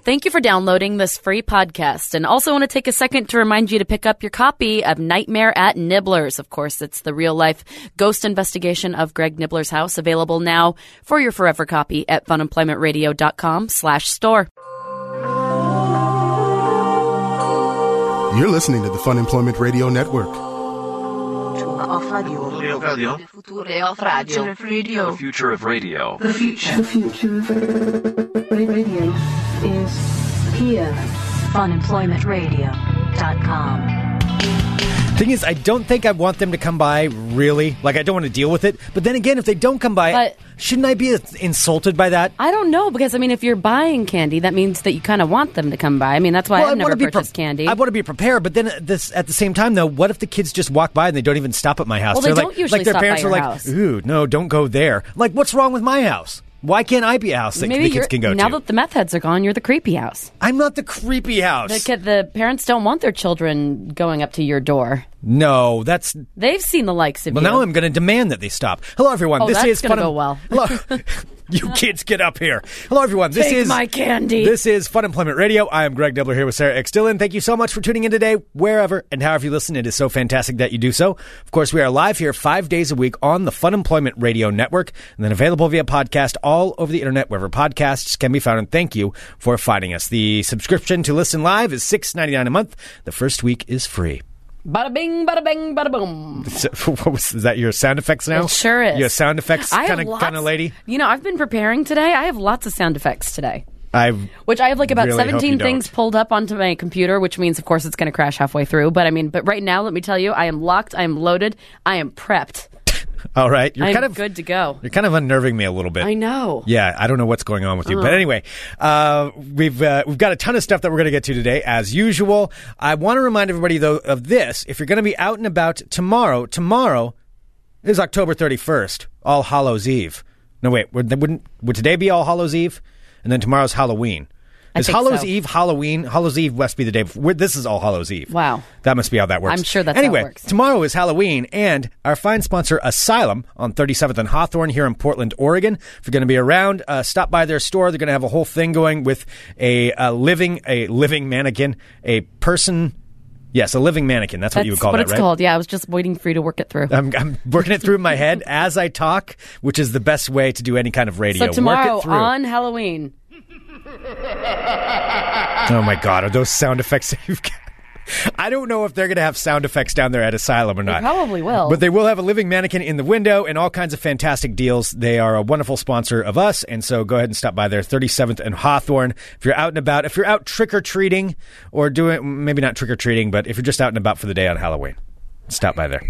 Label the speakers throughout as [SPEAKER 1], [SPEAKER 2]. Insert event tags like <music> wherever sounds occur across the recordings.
[SPEAKER 1] Thank you for downloading this free podcast. And also want to take a second to remind you to pick up your copy of Nightmare at Nibbler's. Of course, it's the real life ghost investigation of Greg Nibbler's house available now for your forever copy at funemploymentradio.com slash store.
[SPEAKER 2] You're listening to the Fun Employment Radio Network.
[SPEAKER 3] Off radio.
[SPEAKER 4] Radio.
[SPEAKER 3] The future of radio.
[SPEAKER 4] The future of radio.
[SPEAKER 3] The future. The future of radio is here. Funemploymentradio.com.
[SPEAKER 5] Thing is, I don't think I want them to come by. Really, like I don't want to deal with it. But then again, if they don't come by,
[SPEAKER 1] But-
[SPEAKER 5] shouldn't I be insulted by that?
[SPEAKER 1] I don't know because I mean, if you're buying candy, that means that you kind of want them to come by. I mean, that's why
[SPEAKER 5] Well,
[SPEAKER 1] I've
[SPEAKER 5] I wanna
[SPEAKER 1] never
[SPEAKER 5] be
[SPEAKER 1] purchased
[SPEAKER 5] pre-
[SPEAKER 1] candy.
[SPEAKER 5] I want to be prepared, but then at this at the same time, though, what if the kids just walk by and they don't even stop at my house?
[SPEAKER 1] Well, they
[SPEAKER 5] They're
[SPEAKER 1] don't
[SPEAKER 5] like,
[SPEAKER 1] usually
[SPEAKER 5] like their
[SPEAKER 1] stop by
[SPEAKER 5] parents
[SPEAKER 1] your
[SPEAKER 5] are like,
[SPEAKER 1] house.
[SPEAKER 5] "Ooh, no, don't go there." Like, what's wrong with my house? Why can't I be a house that
[SPEAKER 1] Maybe
[SPEAKER 5] the
[SPEAKER 1] you're-
[SPEAKER 5] kids can go
[SPEAKER 1] now
[SPEAKER 5] to?
[SPEAKER 1] that the meth heads are gone, you're the creepy house.
[SPEAKER 5] I'm not the creepy house.
[SPEAKER 1] The, kid, the parents don't want their children going up to your door.
[SPEAKER 5] no, that's
[SPEAKER 1] They've seen the likes of
[SPEAKER 5] Well,
[SPEAKER 1] you.
[SPEAKER 5] now I'm going to demand that they stop. Hello, everyone.
[SPEAKER 1] Oh,
[SPEAKER 5] this
[SPEAKER 1] that's
[SPEAKER 5] is
[SPEAKER 1] gonna
[SPEAKER 5] fun.
[SPEAKER 1] go well. <laughs>
[SPEAKER 5] Hello, <laughs> you kids, get up here. Hello, everyone. This
[SPEAKER 1] Take
[SPEAKER 5] is
[SPEAKER 1] my candy.
[SPEAKER 5] This is Fun Employment Radio. I am Greg Debler here with Sarah X Dillon. Thank you so much for tuning in today, wherever and however you listen. It is so fantastic that you do so. Of course, we are live here five days a week on the Fun Employment Radio Network, and then available via podcast all over the internet wherever podcasts can be found. And thank you for finding us. The subscription to listen live is six ninety nine a month. The first week is free.
[SPEAKER 1] Bada bing, bada bing, bada boom.
[SPEAKER 5] So, <laughs> what was is that? Your sound effects now?
[SPEAKER 1] It sure is.
[SPEAKER 5] Your sound effects
[SPEAKER 1] I have
[SPEAKER 5] kind of
[SPEAKER 1] lots-
[SPEAKER 5] kind of lady.
[SPEAKER 1] You know, I've been preparing today. I have lots of sound effects today,
[SPEAKER 5] I've
[SPEAKER 1] which I have like about
[SPEAKER 5] Really hope
[SPEAKER 1] 17
[SPEAKER 5] you
[SPEAKER 1] things
[SPEAKER 5] don't.
[SPEAKER 1] pulled up onto my computer, which means, of course, it's going to crash halfway through. But I mean, but right now, let me tell you, I am locked, I am loaded, I am prepped.
[SPEAKER 5] all right. You're
[SPEAKER 1] I'm
[SPEAKER 5] kind of
[SPEAKER 1] good to go.
[SPEAKER 5] You're kind of unnerving me a little bit.
[SPEAKER 1] I know.
[SPEAKER 5] Yeah, I don't know what's going on with you,
[SPEAKER 1] Uh-huh.
[SPEAKER 5] but anyway, uh, we've uh, we've got a ton of stuff that we're going to get to today, as usual. I want to remind everybody though of this: if you're going to be out and about tomorrow, tomorrow is October 31st, All Hallows Eve. No, wait, would, wouldn't would today be All Hallows Eve, and then tomorrow's Halloween? Is
[SPEAKER 1] think
[SPEAKER 5] Hallows
[SPEAKER 1] so.
[SPEAKER 5] Eve Halloween? Hallows Eve must be the day before. This is All Hallows Eve.
[SPEAKER 1] Wow.
[SPEAKER 5] that must be how that works.
[SPEAKER 1] I'm sure that's how it
[SPEAKER 5] anyway.
[SPEAKER 1] works.
[SPEAKER 5] Tomorrow is Halloween, and our fine sponsor, Asylum, on 37th and Hawthorne here in Portland, Oregon. If you're going to be around, uh, stop by their store. They're going to have a whole thing going with a, uh living a living mannequin, a person. Yes, a living mannequin. That's, what
[SPEAKER 1] That's
[SPEAKER 5] you would call
[SPEAKER 1] what
[SPEAKER 5] that,
[SPEAKER 1] it's
[SPEAKER 5] right? Um,
[SPEAKER 1] called. Yeah, I was just waiting for you to work it through.
[SPEAKER 5] I'm, I'm working it through in my head as I talk, which is the best way to do any kind of radio.
[SPEAKER 1] so tomorrow
[SPEAKER 5] Work it through.
[SPEAKER 1] on Halloween,
[SPEAKER 5] oh my God, are those sound effects <laughs> you've got? I don't know if they're going to have sound effects down there at Asylum or not.
[SPEAKER 1] probably will.
[SPEAKER 5] But they will have a living mannequin in the window and all kinds of fantastic deals. They are a wonderful sponsor of us, and so go ahead and stop by there, 37th and Hawthorne. If you're out and about, if you're out trick or treating or doing maybe not trick or treating, but if you're just out and about for the day on Halloween, stop by there.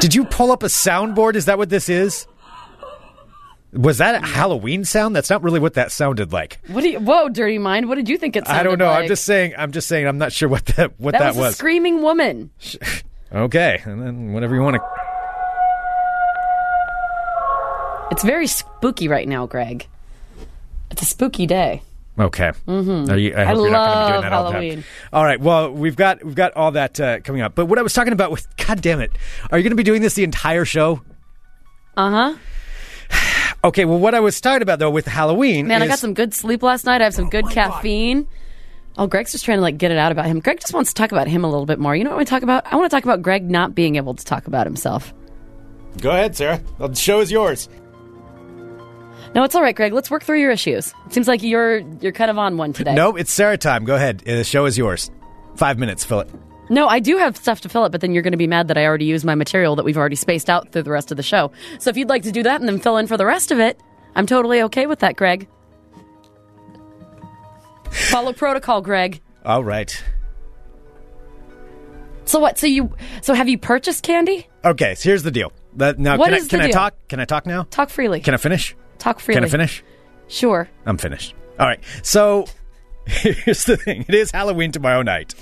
[SPEAKER 5] Did you pull up a soundboard? Is that what this is? Was that a Halloween sound? That's not really what that sounded like.
[SPEAKER 1] what do you? Whoa, dirty mind! What did you think it sounded
[SPEAKER 5] I don't know. I'm
[SPEAKER 1] like?
[SPEAKER 5] just saying. I'm just saying. I'm not sure what that what
[SPEAKER 1] that,
[SPEAKER 5] that,
[SPEAKER 1] was, a screaming woman.
[SPEAKER 5] okay, and then whatever you want to.
[SPEAKER 1] It's very spooky right now, Greg. It's a spooky day.
[SPEAKER 5] Okay. Mm-hmm. Are you, I hope
[SPEAKER 1] I
[SPEAKER 5] you're not going to be doing
[SPEAKER 1] love
[SPEAKER 5] that all the time.
[SPEAKER 1] Halloween.
[SPEAKER 5] All right. Well, we've got we've got all that uh, coming up. But what I was talking about with God damn it, are you going to be doing this the entire show?
[SPEAKER 1] Uh huh.
[SPEAKER 5] <sighs> Okay. Well, what I was talking about though with Halloween,
[SPEAKER 1] Man, I
[SPEAKER 5] is-
[SPEAKER 1] got some good sleep last night. I have some good caffeine. Oh, Greg's just trying to like get it out about him. Greg just wants to talk about him a little bit more. You know what I want to talk about? I want to talk about Greg not being able to talk about himself.
[SPEAKER 5] Go ahead, Sarah. The show is yours.
[SPEAKER 1] No, it's all right, Greg. Let's work through your issues. It seems like you're you're kind of on one today.
[SPEAKER 5] No, it's Sarah time. Go ahead. Uh, The show is yours. Five minutes, Philip.
[SPEAKER 1] No, I do have stuff to fill up, but then you're going to be mad that I already used my material that we've already spaced out through the rest of the show. So if you'd like to do that and then fill in for the rest of it, I'm totally okay with that, Greg. Follow protocol, Greg.
[SPEAKER 5] All right.
[SPEAKER 1] So what? So you? So have you purchased candy?
[SPEAKER 5] Okay. So here's the deal. That, now,
[SPEAKER 1] What
[SPEAKER 5] can,
[SPEAKER 1] is
[SPEAKER 5] I,
[SPEAKER 1] the
[SPEAKER 5] can I
[SPEAKER 1] deal?
[SPEAKER 5] talk? Can I talk now?
[SPEAKER 1] Talk freely.
[SPEAKER 5] Can I finish?
[SPEAKER 1] Talk freely.
[SPEAKER 5] Can I finish?
[SPEAKER 1] Sure.
[SPEAKER 5] I'm finished. All right. So <laughs> here's the thing it is Halloween tomorrow night.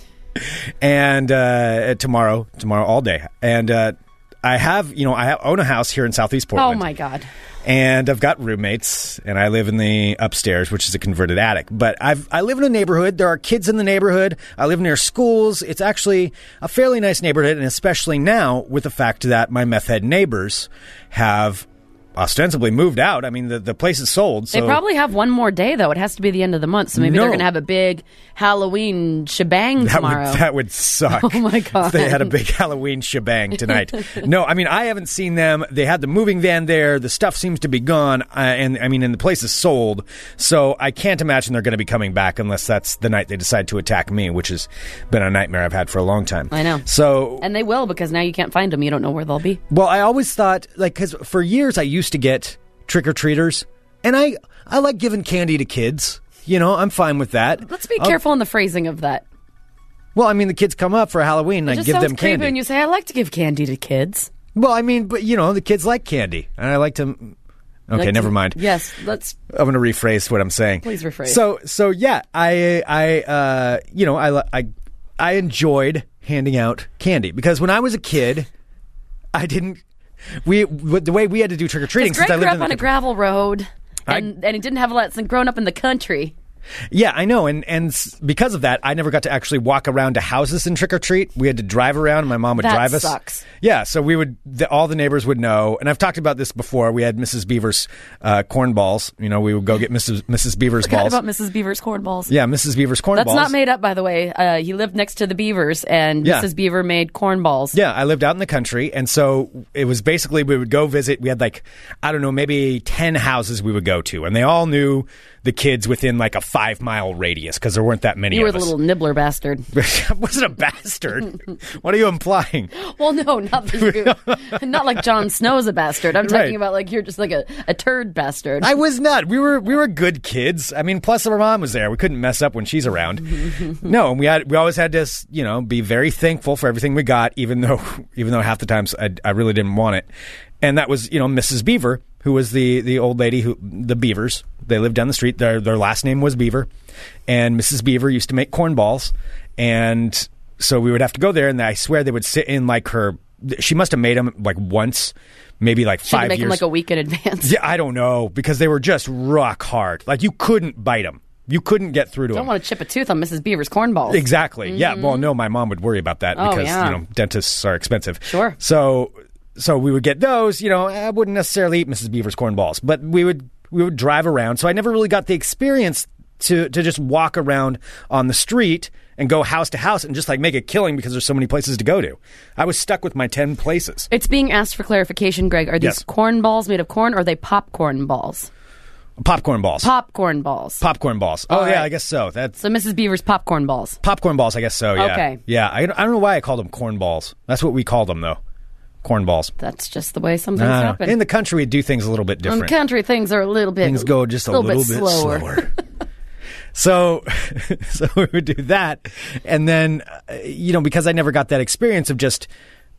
[SPEAKER 5] And uh, tomorrow, tomorrow all day. And uh, I have, you know, I have, own a house here in Southeast
[SPEAKER 1] Oh
[SPEAKER 5] Portland.
[SPEAKER 1] my God.
[SPEAKER 5] And I've got roommates, and I live in the upstairs, which is a converted attic. But I've, I live in a neighborhood. There are kids in the neighborhood. I live near schools. It's actually a fairly nice neighborhood, and especially now with the fact that my meth head neighbors have ostensibly moved out. I mean, the, the place is sold. So
[SPEAKER 1] They probably have one more day though. It has to be the end of the month, so maybe they're
[SPEAKER 5] No.
[SPEAKER 1] going to have a big Halloween shebang
[SPEAKER 5] that would,
[SPEAKER 1] tomorrow.
[SPEAKER 5] that would
[SPEAKER 1] <laughs>
[SPEAKER 5] suck.
[SPEAKER 1] Oh, my
[SPEAKER 5] If they had a
[SPEAKER 1] God.
[SPEAKER 5] big Halloween shebang tonight.
[SPEAKER 1] <laughs>
[SPEAKER 5] no, I mean I haven't seen them. They had the moving van there. The stuff seems to be gone, uh, and I mean, and the place is sold. So I can't imagine they're going to be coming back unless that's the night they decide to attack me, which has been a nightmare I've had for a long time.
[SPEAKER 1] I know.
[SPEAKER 5] So
[SPEAKER 1] and they will because now you can't find them. You don't know where they'll be.
[SPEAKER 5] Well, I always thought like because for years I used to get trick or treaters, and I I like giving candy to kids. You know, I'm fine with that.
[SPEAKER 1] Let's be
[SPEAKER 5] I'll-
[SPEAKER 1] careful in the phrasing of that.
[SPEAKER 5] Well, I mean, the kids come up for Halloween, and
[SPEAKER 1] It
[SPEAKER 5] I
[SPEAKER 1] just
[SPEAKER 5] give
[SPEAKER 1] sounds
[SPEAKER 5] them
[SPEAKER 1] creepy
[SPEAKER 5] candy.
[SPEAKER 1] when you say I like to give candy to kids.
[SPEAKER 5] well, I mean, but you know, the kids like candy, and I like to. Okay,
[SPEAKER 1] Like to-
[SPEAKER 5] never mind.
[SPEAKER 1] Yes, let's.
[SPEAKER 5] I'm going to rephrase what I'm saying.
[SPEAKER 1] Please rephrase.
[SPEAKER 5] So, so yeah, I, I, uh, you know, I, li- I, I enjoyed handing out candy because when I was a kid, I didn't. We the way we had to do trick or treating
[SPEAKER 1] Greg
[SPEAKER 5] since I
[SPEAKER 1] grew
[SPEAKER 5] lived
[SPEAKER 1] up
[SPEAKER 5] in
[SPEAKER 1] on
[SPEAKER 5] the
[SPEAKER 1] a gravel road,
[SPEAKER 5] I-
[SPEAKER 1] and and he didn't have a lot. Since growing up in the country,
[SPEAKER 5] Yeah, I know, and and s- because of that, I never got to actually walk around to houses and trick or treat. We had to drive around. and My mom would
[SPEAKER 1] That
[SPEAKER 5] drive us.
[SPEAKER 1] sucks.
[SPEAKER 5] Yeah, so we would. The, all the neighbors would know, and I've talked about this before. We had Mrs. Beaver's uh, corn balls. You know, we would go get Mrs. Mrs. Beaver's
[SPEAKER 1] forgot
[SPEAKER 5] balls.
[SPEAKER 1] about Mrs. Beaver's cornballs.
[SPEAKER 5] yeah, Mrs. Beaver's corn
[SPEAKER 1] That's
[SPEAKER 5] balls.
[SPEAKER 1] not made up, by the way. Uh, he lived next to the Beavers, and
[SPEAKER 5] Yeah.
[SPEAKER 1] Mrs. Beaver made cornballs.
[SPEAKER 5] Yeah, I lived out in the country, and so it was basically we would go visit. We had like I don't know, maybe ten houses we would go to, and they all knew the kids within like a five mile radius because there weren't that many.
[SPEAKER 1] You were
[SPEAKER 5] of
[SPEAKER 1] the
[SPEAKER 5] us.
[SPEAKER 1] little nibbler bastard.
[SPEAKER 5] <laughs> I wasn't a bastard. what are you implying?
[SPEAKER 1] Well, no, not
[SPEAKER 5] <laughs>
[SPEAKER 1] the you. not like Jon Snow's a bastard. I'm talking
[SPEAKER 5] Right.
[SPEAKER 1] about like you're just like a, a turd bastard.
[SPEAKER 5] I was not. We were we were good kids. I mean, plus our mom was there. We couldn't mess up when she's around.
[SPEAKER 1] <laughs>
[SPEAKER 5] no, and we had we always had to you know be very thankful for everything we got, even though <laughs> even though half the times I, I really didn't want it. And that was you know Mrs. Beaver, who was the the old lady who the Beavers. They lived down the street. Their their last name was Beaver, and Mrs. Beaver used to make corn balls, and so we would have to go there. And I swear they would sit in like her. She must have made them like once, maybe like
[SPEAKER 1] Should
[SPEAKER 5] five
[SPEAKER 1] make
[SPEAKER 5] years.
[SPEAKER 1] him like a week in advance.
[SPEAKER 5] Yeah, I don't know because they were just rock hard. Like you couldn't bite them. You couldn't get through to
[SPEAKER 1] I don't
[SPEAKER 5] them.
[SPEAKER 1] want to chip a tooth on Mrs. Beaver's cornballs.
[SPEAKER 5] Exactly. Yeah. Well, no, my mom would worry about that
[SPEAKER 1] Oh,
[SPEAKER 5] because
[SPEAKER 1] yeah.
[SPEAKER 5] you know dentists are expensive.
[SPEAKER 1] Sure.
[SPEAKER 5] So, so we would get those. You know, I wouldn't necessarily eat Mrs. Beaver's corn balls, but we would we would drive around. So I never really got the experience to to just walk around on the street and go house to house and just like make a killing because there's so many places to go to. I was stuck with my ten places.
[SPEAKER 1] It's being asked for clarification, Greg. Are these
[SPEAKER 5] Yes.
[SPEAKER 1] corn balls made of corn or are they popcorn balls?
[SPEAKER 5] Popcorn balls.
[SPEAKER 1] Popcorn balls.
[SPEAKER 5] popcorn balls. Oh
[SPEAKER 1] All
[SPEAKER 5] yeah,
[SPEAKER 1] right.
[SPEAKER 5] I guess so. That's
[SPEAKER 1] so Mrs. Beaver's popcorn balls.
[SPEAKER 5] Popcorn balls, I guess so. Yeah.
[SPEAKER 1] Okay.
[SPEAKER 5] Yeah. I, I don't know why I called them corn balls. That's what we called them though. Corn balls.
[SPEAKER 1] That's just the way some things
[SPEAKER 5] I don't
[SPEAKER 1] happen.
[SPEAKER 5] know. In Ah. the country, we do things a little bit
[SPEAKER 1] On
[SPEAKER 5] different.
[SPEAKER 1] country, things are a little bit
[SPEAKER 5] things go just a little, bit, slower.
[SPEAKER 1] <laughs>
[SPEAKER 5] so, <laughs> so we would do that, and then uh, you know because I never got that experience of just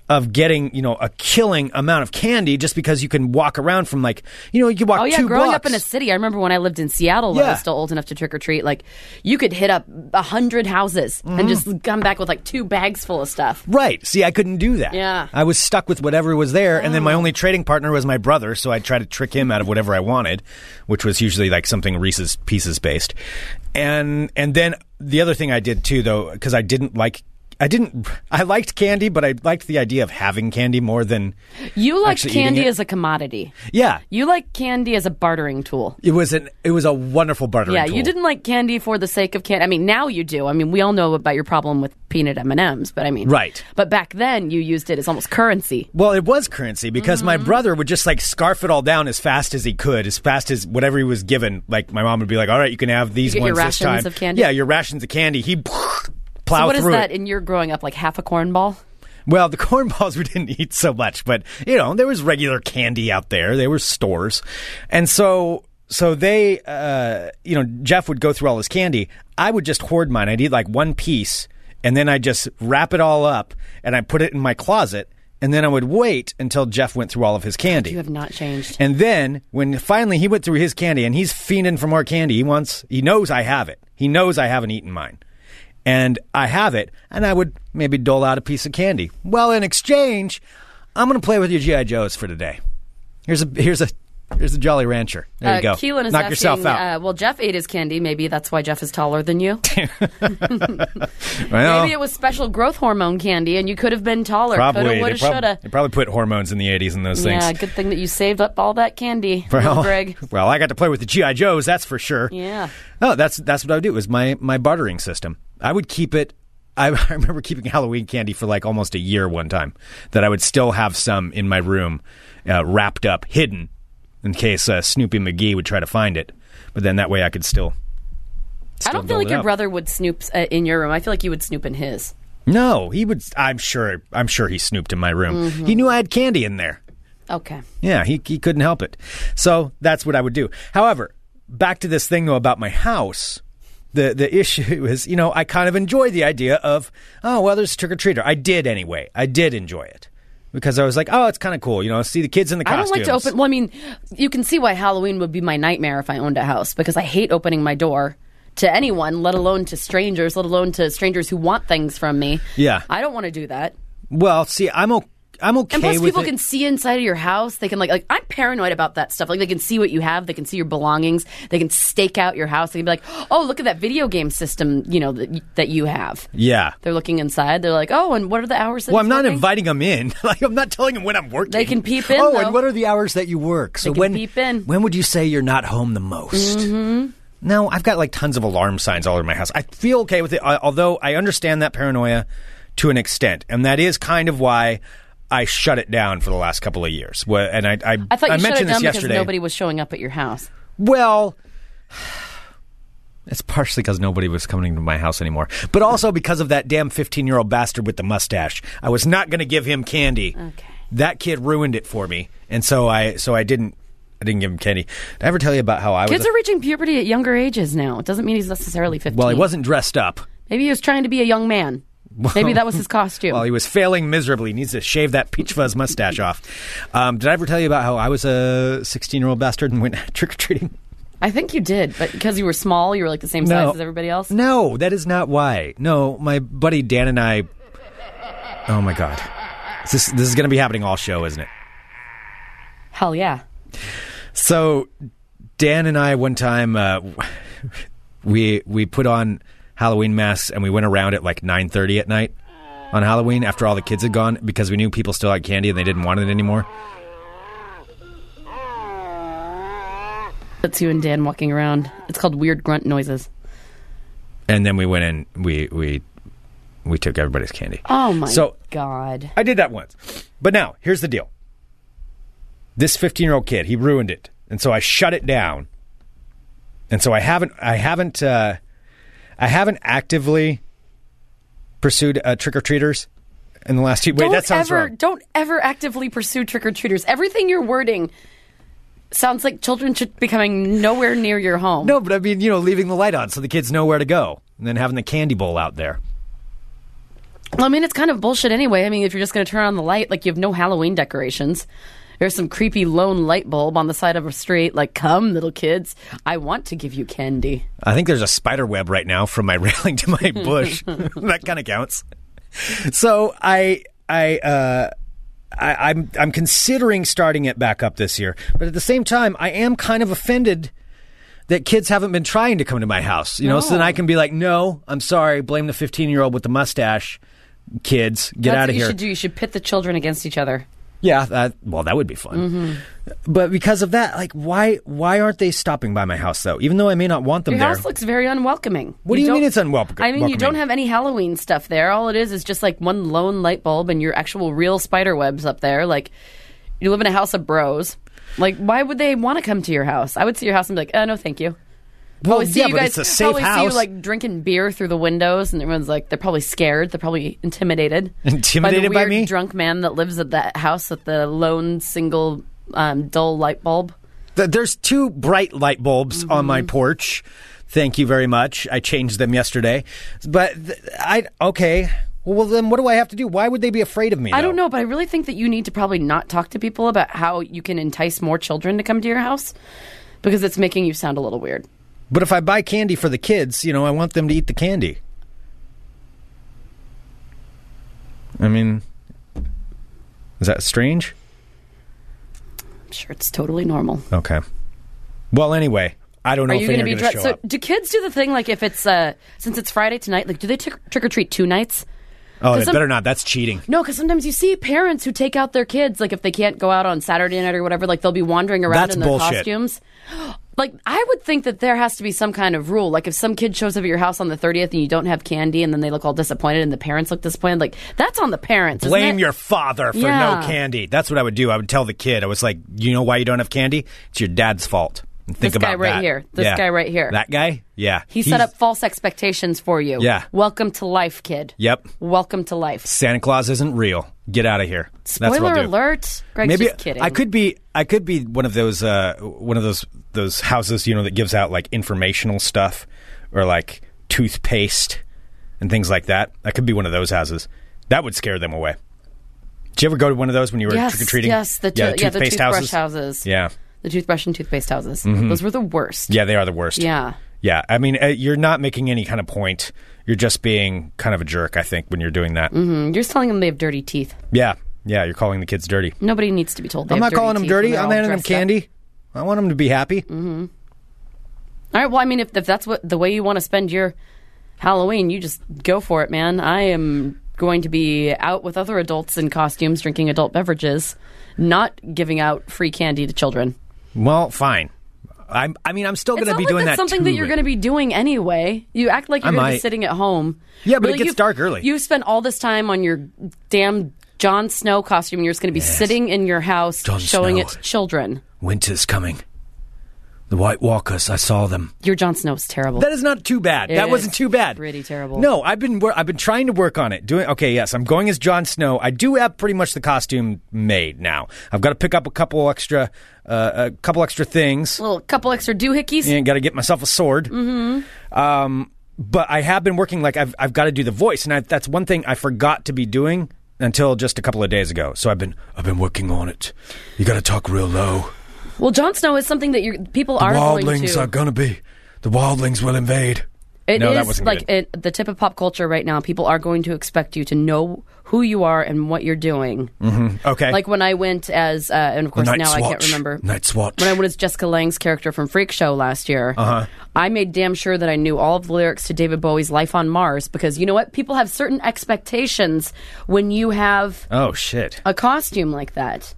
[SPEAKER 5] of getting you know a killing amount of candy just because you can walk around from like you know you can walk.
[SPEAKER 1] Oh yeah,
[SPEAKER 5] two
[SPEAKER 1] growing up
[SPEAKER 5] blocks.
[SPEAKER 1] in a city, I remember when I lived in Seattle, when I
[SPEAKER 5] Yeah.
[SPEAKER 1] was still old enough to trick or treat. Like you could hit up a hundred houses and just
[SPEAKER 5] Mm.
[SPEAKER 1] come back with like two bags full of stuff.
[SPEAKER 5] Right. See, I couldn't do that.
[SPEAKER 1] Yeah. Oh.
[SPEAKER 5] I was stuck with whatever was there, and then my only trading partner was my brother, so I'd try to trick him out of whatever I wanted, which was usually like something Reese's Pieces based. And and then the other thing I did too, though, because I didn't like. I didn't. I liked candy, but I liked the idea of having candy more than.
[SPEAKER 1] You like
[SPEAKER 5] Actually eating
[SPEAKER 1] candy
[SPEAKER 5] it?
[SPEAKER 1] as a commodity.
[SPEAKER 5] Yeah,
[SPEAKER 1] You like candy as a bartering tool.
[SPEAKER 5] it was an. It was a wonderful bartering.
[SPEAKER 1] Yeah,
[SPEAKER 5] tool.
[SPEAKER 1] you didn't like candy for the sake of candy. I mean, now you do. I mean, we all know about your problem with peanut M and M's, but I mean,
[SPEAKER 5] Right.
[SPEAKER 1] But back then, you used it as almost currency.
[SPEAKER 5] Well, it was currency because my
[SPEAKER 1] Mm-hmm.
[SPEAKER 5] brother would just like scarf it all down as fast as he could, as fast as whatever he was given. Like my mom would be like, "All right, you can have these
[SPEAKER 1] You get
[SPEAKER 5] ones
[SPEAKER 1] your
[SPEAKER 5] this
[SPEAKER 1] rations
[SPEAKER 5] time."
[SPEAKER 1] of candy?
[SPEAKER 5] Yeah, your rations of candy. He <laughs> plowed
[SPEAKER 1] so what is
[SPEAKER 5] through
[SPEAKER 1] that
[SPEAKER 5] it.
[SPEAKER 1] in your growing up? Like half a corn ball?
[SPEAKER 5] Well, the <laughs> corn balls we didn't eat so much, but you know there was regular candy out there. There were stores, and so so they, uh, you know, Jeff would go through all his candy. I would just hoard mine. I'd eat like one piece, and then I would just wrap it all up and I put it in my closet. And then I would wait until Jeff went through all of his candy.
[SPEAKER 1] You have not changed.
[SPEAKER 5] And then when finally he went through his candy and he's fiending for more candy, he wants he knows I have it. He knows I haven't eaten mine. And I have it, and I would maybe dole out a piece of candy. Well, in exchange, I'm gonna play with your G.I. Joes for today. Here's a here's a Here's the Jolly Rancher. There
[SPEAKER 1] Uh,
[SPEAKER 5] you go.
[SPEAKER 1] Keelan is
[SPEAKER 5] Knock
[SPEAKER 1] asking,
[SPEAKER 5] yourself out.
[SPEAKER 1] Uh, well, Jeff ate his candy. Maybe that's why Jeff is taller than you.
[SPEAKER 5] well,
[SPEAKER 1] uh, Maybe it was special growth hormone candy, and you could have been taller.
[SPEAKER 5] probably.
[SPEAKER 1] Coulda, woulda,
[SPEAKER 5] they, prob-
[SPEAKER 1] shoulda.
[SPEAKER 5] they probably put hormones in the 80s in those things.
[SPEAKER 1] Yeah, good thing that you saved up all that candy,
[SPEAKER 5] <laughs> Well,
[SPEAKER 1] little <laughs> Greg.
[SPEAKER 5] well, I got to play with the GI Joes. That's for sure.
[SPEAKER 1] Yeah.
[SPEAKER 5] Oh, that's that's what I would do. Was my my bartering system. I would keep it. I, <laughs> I remember keeping Halloween candy for like almost a year one time. That I would still have some in my room, uh, wrapped up, hidden, in case uh, Snoopy McGee would try to find it. But then that way I could still.
[SPEAKER 1] I don't feel
[SPEAKER 5] build
[SPEAKER 1] like
[SPEAKER 5] it
[SPEAKER 1] your
[SPEAKER 5] up.
[SPEAKER 1] brother would snoop uh, in your room. I feel like you would snoop in his.
[SPEAKER 5] No, he would. I'm sure. I'm sure he snooped in my room.
[SPEAKER 1] Mm-hmm.
[SPEAKER 5] He knew I had candy in there.
[SPEAKER 1] Okay.
[SPEAKER 5] Yeah, he, he couldn't help it. So that's what I would do. However, back to this thing though about my house. The the <laughs> issue is, you know, I kind of enjoy the idea of, oh well, there's a trick or treater. I did anyway. I did enjoy it because I was like, oh, it's kind of cool. You know, see the kids in the
[SPEAKER 1] I don't
[SPEAKER 5] costumes.
[SPEAKER 1] like to open. Well, I mean, you can see why Halloween would be my nightmare if I owned a house because I hate opening my door to anyone, let alone to strangers, let alone to strangers who want things from me.
[SPEAKER 5] Yeah.
[SPEAKER 1] I don't want to do that.
[SPEAKER 5] Well, see, I'm o- I'm okay
[SPEAKER 1] And plus,
[SPEAKER 5] with
[SPEAKER 1] people
[SPEAKER 5] it.
[SPEAKER 1] can see inside of your house. They can like, like I'm paranoid about that stuff. Like, they can see what you have. They can see your belongings. They can stake out your house. They can be like, "Oh, look at that video game system, you know that, y- that you have."
[SPEAKER 5] yeah.
[SPEAKER 1] They're looking inside. They're like, "Oh, and what are the hours?" That
[SPEAKER 5] Well,
[SPEAKER 1] it's
[SPEAKER 5] I'm not
[SPEAKER 1] working?"
[SPEAKER 5] inviting them in. <laughs> like, I'm not telling them when I'm working.
[SPEAKER 1] They can peep in,
[SPEAKER 5] Oh,
[SPEAKER 1] though.
[SPEAKER 5] and what are the hours that you work? So
[SPEAKER 1] can
[SPEAKER 5] when
[SPEAKER 1] peep in. Mm-hmm.
[SPEAKER 5] when would you say you're not home the most? No, I've got like tons of alarm signs all over my house. I feel okay with it, al- although I understand that paranoia to an extent, and that is kind of why I shut it down for the last couple of years. Wh- And I, I,
[SPEAKER 1] I thought you shut it down
[SPEAKER 5] mentioned this
[SPEAKER 1] because
[SPEAKER 5] yesterday.
[SPEAKER 1] nobody was showing up at your house.
[SPEAKER 5] Well, it's partially because nobody was coming to my house anymore, but also because of that damn 15 year old bastard with the mustache. I was not going to give him candy.
[SPEAKER 1] Okay.
[SPEAKER 5] That kid ruined it for me, and so I so I didn't I didn't give him candy. Did I ever tell you about how I
[SPEAKER 1] Kids
[SPEAKER 5] was?
[SPEAKER 1] are reaching puberty at younger ages now. It doesn't mean he's necessarily 15.
[SPEAKER 5] well, he wasn't dressed up.
[SPEAKER 1] Maybe he was trying to be a young man. Maybe that was his costume.
[SPEAKER 5] <laughs> Well, he was failing miserably. He needs to shave that peach fuzz mustache off. Um, did I ever tell you about how I was a 16 year old bastard and went <laughs> trick or treating?
[SPEAKER 1] I think you did, but because you were small, you were like the same size as everybody else.
[SPEAKER 5] No, that is not why. No, my buddy Dan and I. Oh my god, this this is going to be happening all show, isn't it?
[SPEAKER 1] Hell yeah.
[SPEAKER 5] So Dan and I one time uh, <laughs> we we put on Halloween masks and we went around at like nine thirty at night on Halloween after all the kids had gone because we knew people still had candy and they didn't want it anymore.
[SPEAKER 1] That's you and Dan walking around. It's called weird grunt noises.
[SPEAKER 5] And then we went in we we we took everybody's candy.
[SPEAKER 1] Oh my
[SPEAKER 5] So-
[SPEAKER 1] god.
[SPEAKER 5] I did that once. But now, here's the deal. This 15-year-old kid, he ruined it. And so I shut it down. And so I haven't I haven't uh I haven't actively pursued uh, trick-or-treaters in the last two Wait,
[SPEAKER 1] don't
[SPEAKER 5] that sounds
[SPEAKER 1] ever
[SPEAKER 5] wrong.
[SPEAKER 1] don't ever actively pursue trick or treaters. Everything you're wording sounds like children should be coming nowhere near your home.
[SPEAKER 5] No, but I mean, you know, leaving the light on so the kids know where to go and then having the candy bowl out there.
[SPEAKER 1] Well, I mean, it's kind of bullshit anyway. I mean, if you're just going to turn on the light, like you have no Halloween decorations. There's some creepy lone light bulb on the side of a street. Like, come, little kids, I want to give you candy.
[SPEAKER 5] I think there's a spider web right now from my <laughs> railing to my
[SPEAKER 1] <laughs>
[SPEAKER 5] bush. that kind of counts. So I I uh I, I'm I'm considering starting it back up this year, but at the same time, I am kind of offended that kids haven't been trying to come to my house. You know, so then I can be like, "No, I'm sorry. Blame the 15 year old with the mustache. Kids, get
[SPEAKER 1] That's
[SPEAKER 5] out
[SPEAKER 1] what
[SPEAKER 5] of
[SPEAKER 1] you
[SPEAKER 5] here."
[SPEAKER 1] should do. You should pit the children against each other.
[SPEAKER 5] Yeah, that, well, that would be fun.
[SPEAKER 1] Mm-hmm.
[SPEAKER 5] But because of that, like, why why aren't they stopping by my house though? Even though I may not want them
[SPEAKER 1] Your
[SPEAKER 5] there.
[SPEAKER 1] house looks very unwelcoming.
[SPEAKER 5] What do you mean
[SPEAKER 1] don't-
[SPEAKER 5] it's unwelcome-
[SPEAKER 1] I mean, you don't
[SPEAKER 5] welcoming?
[SPEAKER 1] have any Halloween stuff there. All it is is just like one lone light bulb and your actual real spider webs up there. Like, you live in a house of bros. Like, why would they want to come to your house? I would see your house and be like, oh, no, thank you.
[SPEAKER 5] well,
[SPEAKER 1] Probably see
[SPEAKER 5] yeah,
[SPEAKER 1] you
[SPEAKER 5] but
[SPEAKER 1] guys
[SPEAKER 5] it's a safe
[SPEAKER 1] probably
[SPEAKER 5] house.
[SPEAKER 1] see you like drinking beer through the windows, and everyone's like, they're probably scared. They're probably intimidated.
[SPEAKER 5] Intimidated
[SPEAKER 1] by,
[SPEAKER 5] by
[SPEAKER 1] the weird
[SPEAKER 5] me?
[SPEAKER 1] Drunk man that lives at that house with the lone single um, dull light bulb.
[SPEAKER 5] Th- There's two bright light bulbs on
[SPEAKER 1] Mm-hmm.
[SPEAKER 5] my porch. Thank you very much. I changed them yesterday. But th- I okay. Well, then what do I have to do? Why would they be afraid of me?
[SPEAKER 1] I don't
[SPEAKER 5] though?
[SPEAKER 1] know, but I really think that you need to probably not talk to people about how you can entice more children to come to your house because it's making you sound a little weird.
[SPEAKER 5] But if I buy candy for the kids, you know, I want them to eat the candy. I mean, is that strange?
[SPEAKER 1] I'm sure it's totally normal.
[SPEAKER 5] Okay. Well, anyway, I don't know
[SPEAKER 1] Are
[SPEAKER 5] if
[SPEAKER 1] you
[SPEAKER 5] they
[SPEAKER 1] going
[SPEAKER 5] are
[SPEAKER 1] to be
[SPEAKER 5] going
[SPEAKER 1] dressed?
[SPEAKER 5] show
[SPEAKER 1] So,
[SPEAKER 5] up.
[SPEAKER 1] do kids do the thing like if it's uh since it's Friday tonight? Like, do they trick trick or treat two nights?
[SPEAKER 5] Oh, they
[SPEAKER 1] some-
[SPEAKER 5] better not. That's cheating.
[SPEAKER 1] No, because sometimes you see parents who take out their kids, like if they can't go out on Saturday night or whatever, like they'll be wandering around
[SPEAKER 5] That's
[SPEAKER 1] in their
[SPEAKER 5] bullshit.
[SPEAKER 1] costumes. Like, I would think that there has to be some kind of rule. Like, if some kid shows up at your house on the 30th and you don't have candy and then they look all disappointed and the parents look disappointed, like, that's on the parents. isn't
[SPEAKER 5] Blame
[SPEAKER 1] it?
[SPEAKER 5] your father for
[SPEAKER 1] Yeah.
[SPEAKER 5] no candy. That's what I would do. I would tell the kid. I was like, you know why you don't have candy? It's your dad's fault. And think
[SPEAKER 1] This guy
[SPEAKER 5] about
[SPEAKER 1] right
[SPEAKER 5] that.
[SPEAKER 1] here. This
[SPEAKER 5] Yeah.
[SPEAKER 1] guy right here.
[SPEAKER 5] That guy. Yeah.
[SPEAKER 1] He set up false expectations for you.
[SPEAKER 5] Yeah.
[SPEAKER 1] Welcome to life, kid.
[SPEAKER 5] Yep.
[SPEAKER 1] Welcome to life.
[SPEAKER 5] Santa Claus isn't real. Get out of here. That's what
[SPEAKER 1] Spoiler
[SPEAKER 5] I'll do.
[SPEAKER 1] alert. Greg's
[SPEAKER 5] Maybe
[SPEAKER 1] just kidding.
[SPEAKER 5] I could be I could be one of those uh, one of those those houses you know that gives out like informational stuff or like toothpaste and things like that. I could be one of those houses. That would scare them away. Did you ever go to one of those when you were
[SPEAKER 1] Yes,
[SPEAKER 5] trick or treating?
[SPEAKER 1] yes, the
[SPEAKER 5] yeah,
[SPEAKER 1] tooth- yeah, the
[SPEAKER 5] toothpaste
[SPEAKER 1] toothbrush
[SPEAKER 5] houses.
[SPEAKER 1] houses.
[SPEAKER 5] Yeah, Mm-hmm.
[SPEAKER 1] The toothbrush and toothpaste houses. Those were the worst.
[SPEAKER 5] yeah, they are the worst.
[SPEAKER 1] Yeah.
[SPEAKER 5] yeah. I mean, uh, you're not making any kind of point. You're just being kind of a jerk. I think when you're doing that.
[SPEAKER 1] Mm, You're just telling them they have dirty teeth.
[SPEAKER 5] Yeah, yeah. You're calling the kids dirty.
[SPEAKER 1] Nobody needs to be told. They
[SPEAKER 5] I'm
[SPEAKER 1] have
[SPEAKER 5] not calling them
[SPEAKER 1] teeth when
[SPEAKER 5] dirty.
[SPEAKER 1] they're
[SPEAKER 5] I'm
[SPEAKER 1] all
[SPEAKER 5] handing them
[SPEAKER 1] dressed up.
[SPEAKER 5] candy. I want them to be happy.
[SPEAKER 1] All right. Well, I mean, if, if that's what the way you want to spend your Halloween, you just go for it, man. I am going to be out with other adults in costumes, drinking adult beverages, not giving out free candy to children.
[SPEAKER 5] Well, fine. I'm, I mean, I'm still
[SPEAKER 1] It's
[SPEAKER 5] going to
[SPEAKER 1] not
[SPEAKER 5] be
[SPEAKER 1] like
[SPEAKER 5] doing
[SPEAKER 1] that's
[SPEAKER 5] that.
[SPEAKER 1] something that you're going to be doing anyway. You act like
[SPEAKER 5] I
[SPEAKER 1] you're going to be
[SPEAKER 5] might.
[SPEAKER 1] sitting at home.
[SPEAKER 5] Yeah, but it
[SPEAKER 1] Really,
[SPEAKER 5] gets
[SPEAKER 1] you've-
[SPEAKER 5] dark early.
[SPEAKER 1] You've spent all this time on your damn Jon Snow costume. and You're just going to be sitting in your house
[SPEAKER 5] Jon
[SPEAKER 1] showing
[SPEAKER 5] Snow.
[SPEAKER 1] it to children.
[SPEAKER 5] Winter's coming. The White Walkers. I saw them.
[SPEAKER 1] Your Jon Snow is terrible.
[SPEAKER 5] That is not too bad. that
[SPEAKER 1] It
[SPEAKER 5] wasn't
[SPEAKER 1] is
[SPEAKER 5] too bad.
[SPEAKER 1] pretty terrible.
[SPEAKER 5] No, I've been wor- I've been trying to work on it. Doing okay. Yes, I'm going as Jon Snow. I do have pretty much the costume made now. I've got to pick up a couple extra, uh, a couple extra things.
[SPEAKER 1] little couple extra doohickeys.
[SPEAKER 5] and got to get myself a sword. Mm-hmm. Um, but I have been working like I've I've got to do the voice, and I, that's one thing I forgot to be doing until just a couple of days ago. So I've been I've been working on it. You got to talk real low.
[SPEAKER 1] Well, Jon Snow is something that you people are going to.
[SPEAKER 5] gonna be. The wildlings will invade.
[SPEAKER 1] It
[SPEAKER 5] No, that
[SPEAKER 1] is
[SPEAKER 5] wasn't
[SPEAKER 1] like
[SPEAKER 5] good.
[SPEAKER 1] it, the tip of pop culture right now. People are going to expect you to know who you are and what you're doing.
[SPEAKER 5] Okay.
[SPEAKER 1] Like when I went as, uh, and of course now I can't remember.
[SPEAKER 5] watch.
[SPEAKER 1] When I went as Jessica Lang's character from Freak Show last year, uh-huh. I made damn sure that I knew all of the lyrics to David Bowie's Life on Mars because you know what? People have certain expectations when you have
[SPEAKER 5] oh shit.
[SPEAKER 1] a costume like that.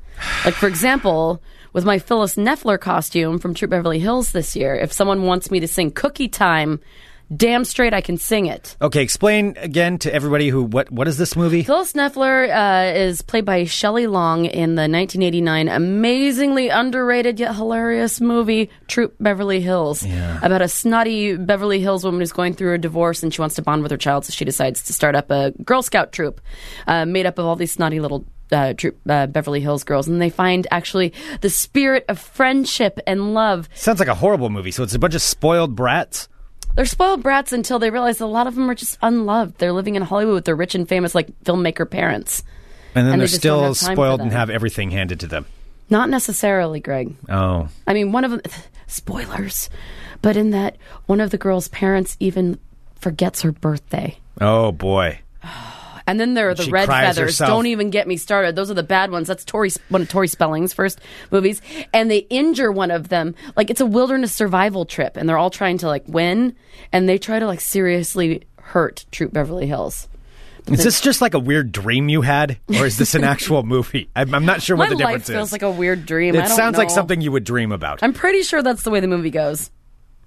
[SPEAKER 1] Like, for example, with my Phyllis Neffler costume from True Beverly Hills this year, if someone wants me to sing Cookie Time, damn straight I can sing it.
[SPEAKER 5] Okay, explain again to everybody who what what is this movie?
[SPEAKER 1] Phyllis Neffler uh, is played by Shelley Long in the 1989 amazingly underrated yet hilarious movie Troop Beverly Hills about a snotty Beverly Hills woman who's going through a divorce and she wants to bond with her child, so she decides to start up a Girl Scout troop uh, made up of all these snotty little. Uh, troop, uh, Beverly Hills girls, and they find actually the spirit of friendship and love
[SPEAKER 5] Sounds like a horrible movie. So it's a bunch of spoiled brats.
[SPEAKER 1] they're spoiled brats until they realize that a lot of them are just unloved. They're living in Hollywood with their rich and famous like filmmaker parents.
[SPEAKER 5] And then
[SPEAKER 1] And they
[SPEAKER 5] they're
[SPEAKER 1] just don't
[SPEAKER 5] still
[SPEAKER 1] have time for
[SPEAKER 5] spoiled and
[SPEAKER 1] them.
[SPEAKER 5] have everything handed to them.
[SPEAKER 1] Not necessarily, Greg.
[SPEAKER 5] Oh.
[SPEAKER 1] I mean, one of them, <laughs> spoilers, but in that one of the girl's parents even forgets her birthday.
[SPEAKER 5] Oh boy.
[SPEAKER 1] And then there are the
[SPEAKER 5] She
[SPEAKER 1] red
[SPEAKER 5] cries
[SPEAKER 1] feathers.
[SPEAKER 5] herself.
[SPEAKER 1] Don't even get me started. Those are the bad ones. That's Tori, one of Tori Spelling's first movies. And they injure one of them. Like it's a wilderness survival trip, and they're all trying to like win, and they try to like seriously hurt Troop Beverly Hills.
[SPEAKER 5] Is this just like a weird dream you had, or is this
[SPEAKER 1] <laughs>
[SPEAKER 5] an actual movie? I'm, I'm not sure what
[SPEAKER 1] My
[SPEAKER 5] the
[SPEAKER 1] life
[SPEAKER 5] difference
[SPEAKER 1] feels
[SPEAKER 5] is.
[SPEAKER 1] like a weird dream. I
[SPEAKER 5] it
[SPEAKER 1] don't
[SPEAKER 5] sounds like
[SPEAKER 1] know.
[SPEAKER 5] something you would dream about.
[SPEAKER 1] I'm pretty sure that's the way the movie goes.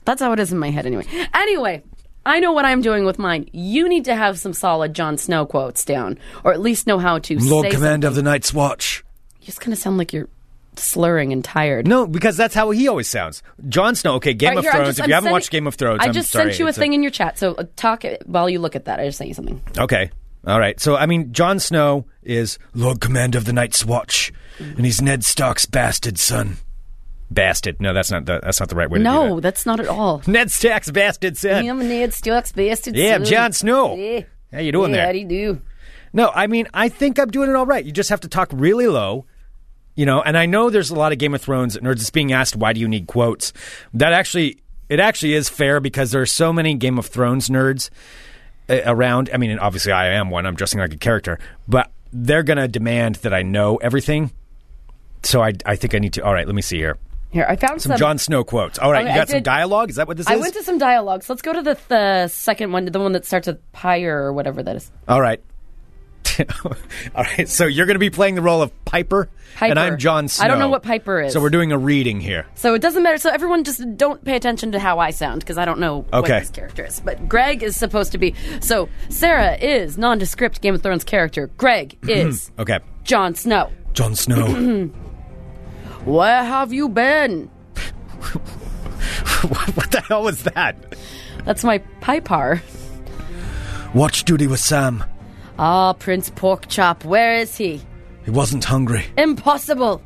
[SPEAKER 1] That's how it is in my head, anyway. Anyway, I know what I'm doing with mine. You need to have some solid Jon Snow quotes down, or at least know how to say. something.
[SPEAKER 5] of the Night's Watch.
[SPEAKER 1] You're just gonna sound like you're slurring and tired.
[SPEAKER 5] No, because that's how he always sounds. Jon Snow. Okay, Game
[SPEAKER 1] All right,
[SPEAKER 5] of
[SPEAKER 1] here, I'm
[SPEAKER 5] Thrones.
[SPEAKER 1] just-
[SPEAKER 5] if
[SPEAKER 1] I'm
[SPEAKER 5] you haven't
[SPEAKER 1] sending-
[SPEAKER 5] watched Game of Thrones,
[SPEAKER 1] I
[SPEAKER 5] I'm
[SPEAKER 1] just
[SPEAKER 5] sorry.
[SPEAKER 1] sent you a
[SPEAKER 5] It's
[SPEAKER 1] thing in your chat, so uh, talk it while you look at that. I just sent you something.
[SPEAKER 5] Okay. All right. So I mean, Jon Snow is Lord Commander of the Night's Watch, and he's Ned Stark's bastard son. Bastard. No, that's not the, that's not the right way to do
[SPEAKER 1] No,
[SPEAKER 5] that.
[SPEAKER 1] that's not at
[SPEAKER 5] <laughs>
[SPEAKER 1] all.
[SPEAKER 5] Ned Stark's bastard son.
[SPEAKER 1] I'm Ned Stark's bastard.
[SPEAKER 5] Yeah, I'm
[SPEAKER 1] son.
[SPEAKER 5] Jon Snow.
[SPEAKER 1] Yeah.
[SPEAKER 5] How you doing
[SPEAKER 1] Yeah,
[SPEAKER 5] there?
[SPEAKER 1] How do you do?
[SPEAKER 5] No, I mean, I think I'm doing it all right. You just have to talk really low, you know. And I know there's a lot of Game of Thrones nerds that's being asked, why do you need quotes? That actually, it actually is fair because there are so many Game of Thrones nerds uh, around. I mean, and obviously, I am one. I'm dressing like a character, but they're gonna demand that I know everything. So I, I think I need to. All right, let me see here.
[SPEAKER 1] Here, I found
[SPEAKER 5] Some Jon Snow quotes. All right,
[SPEAKER 1] Okay,
[SPEAKER 5] you
[SPEAKER 1] I
[SPEAKER 5] got some
[SPEAKER 1] did-
[SPEAKER 5] dialogue. Is that what this
[SPEAKER 1] I
[SPEAKER 5] is?
[SPEAKER 1] went to some dialogues. Let's go to the, the second one, the one that starts with Pyre or whatever that is.
[SPEAKER 5] All right. <laughs> All right, so you're going to be playing the role of Piper,
[SPEAKER 1] Piper.
[SPEAKER 5] and I'm Jon Snow.
[SPEAKER 1] I don't know what Piper is.
[SPEAKER 5] So we're doing a reading here.
[SPEAKER 1] So it doesn't matter. So everyone just don't pay attention to how I sound because I don't know what
[SPEAKER 5] Okay.
[SPEAKER 1] this character is. But Greg is supposed to be. So Sarah is nondescript Game of Thrones character.
[SPEAKER 5] <clears throat>
[SPEAKER 1] Greg is
[SPEAKER 5] Okay.
[SPEAKER 1] Jon Snow. <clears throat>
[SPEAKER 5] Jon Snow.
[SPEAKER 1] Where have you been?
[SPEAKER 5] what <laughs> what the hell was that?
[SPEAKER 1] That's my Pipar.
[SPEAKER 5] Watch duty with Sam.
[SPEAKER 1] Ah, Prince Porkchop, where is he?
[SPEAKER 5] He wasn't hungry.
[SPEAKER 1] Impossible.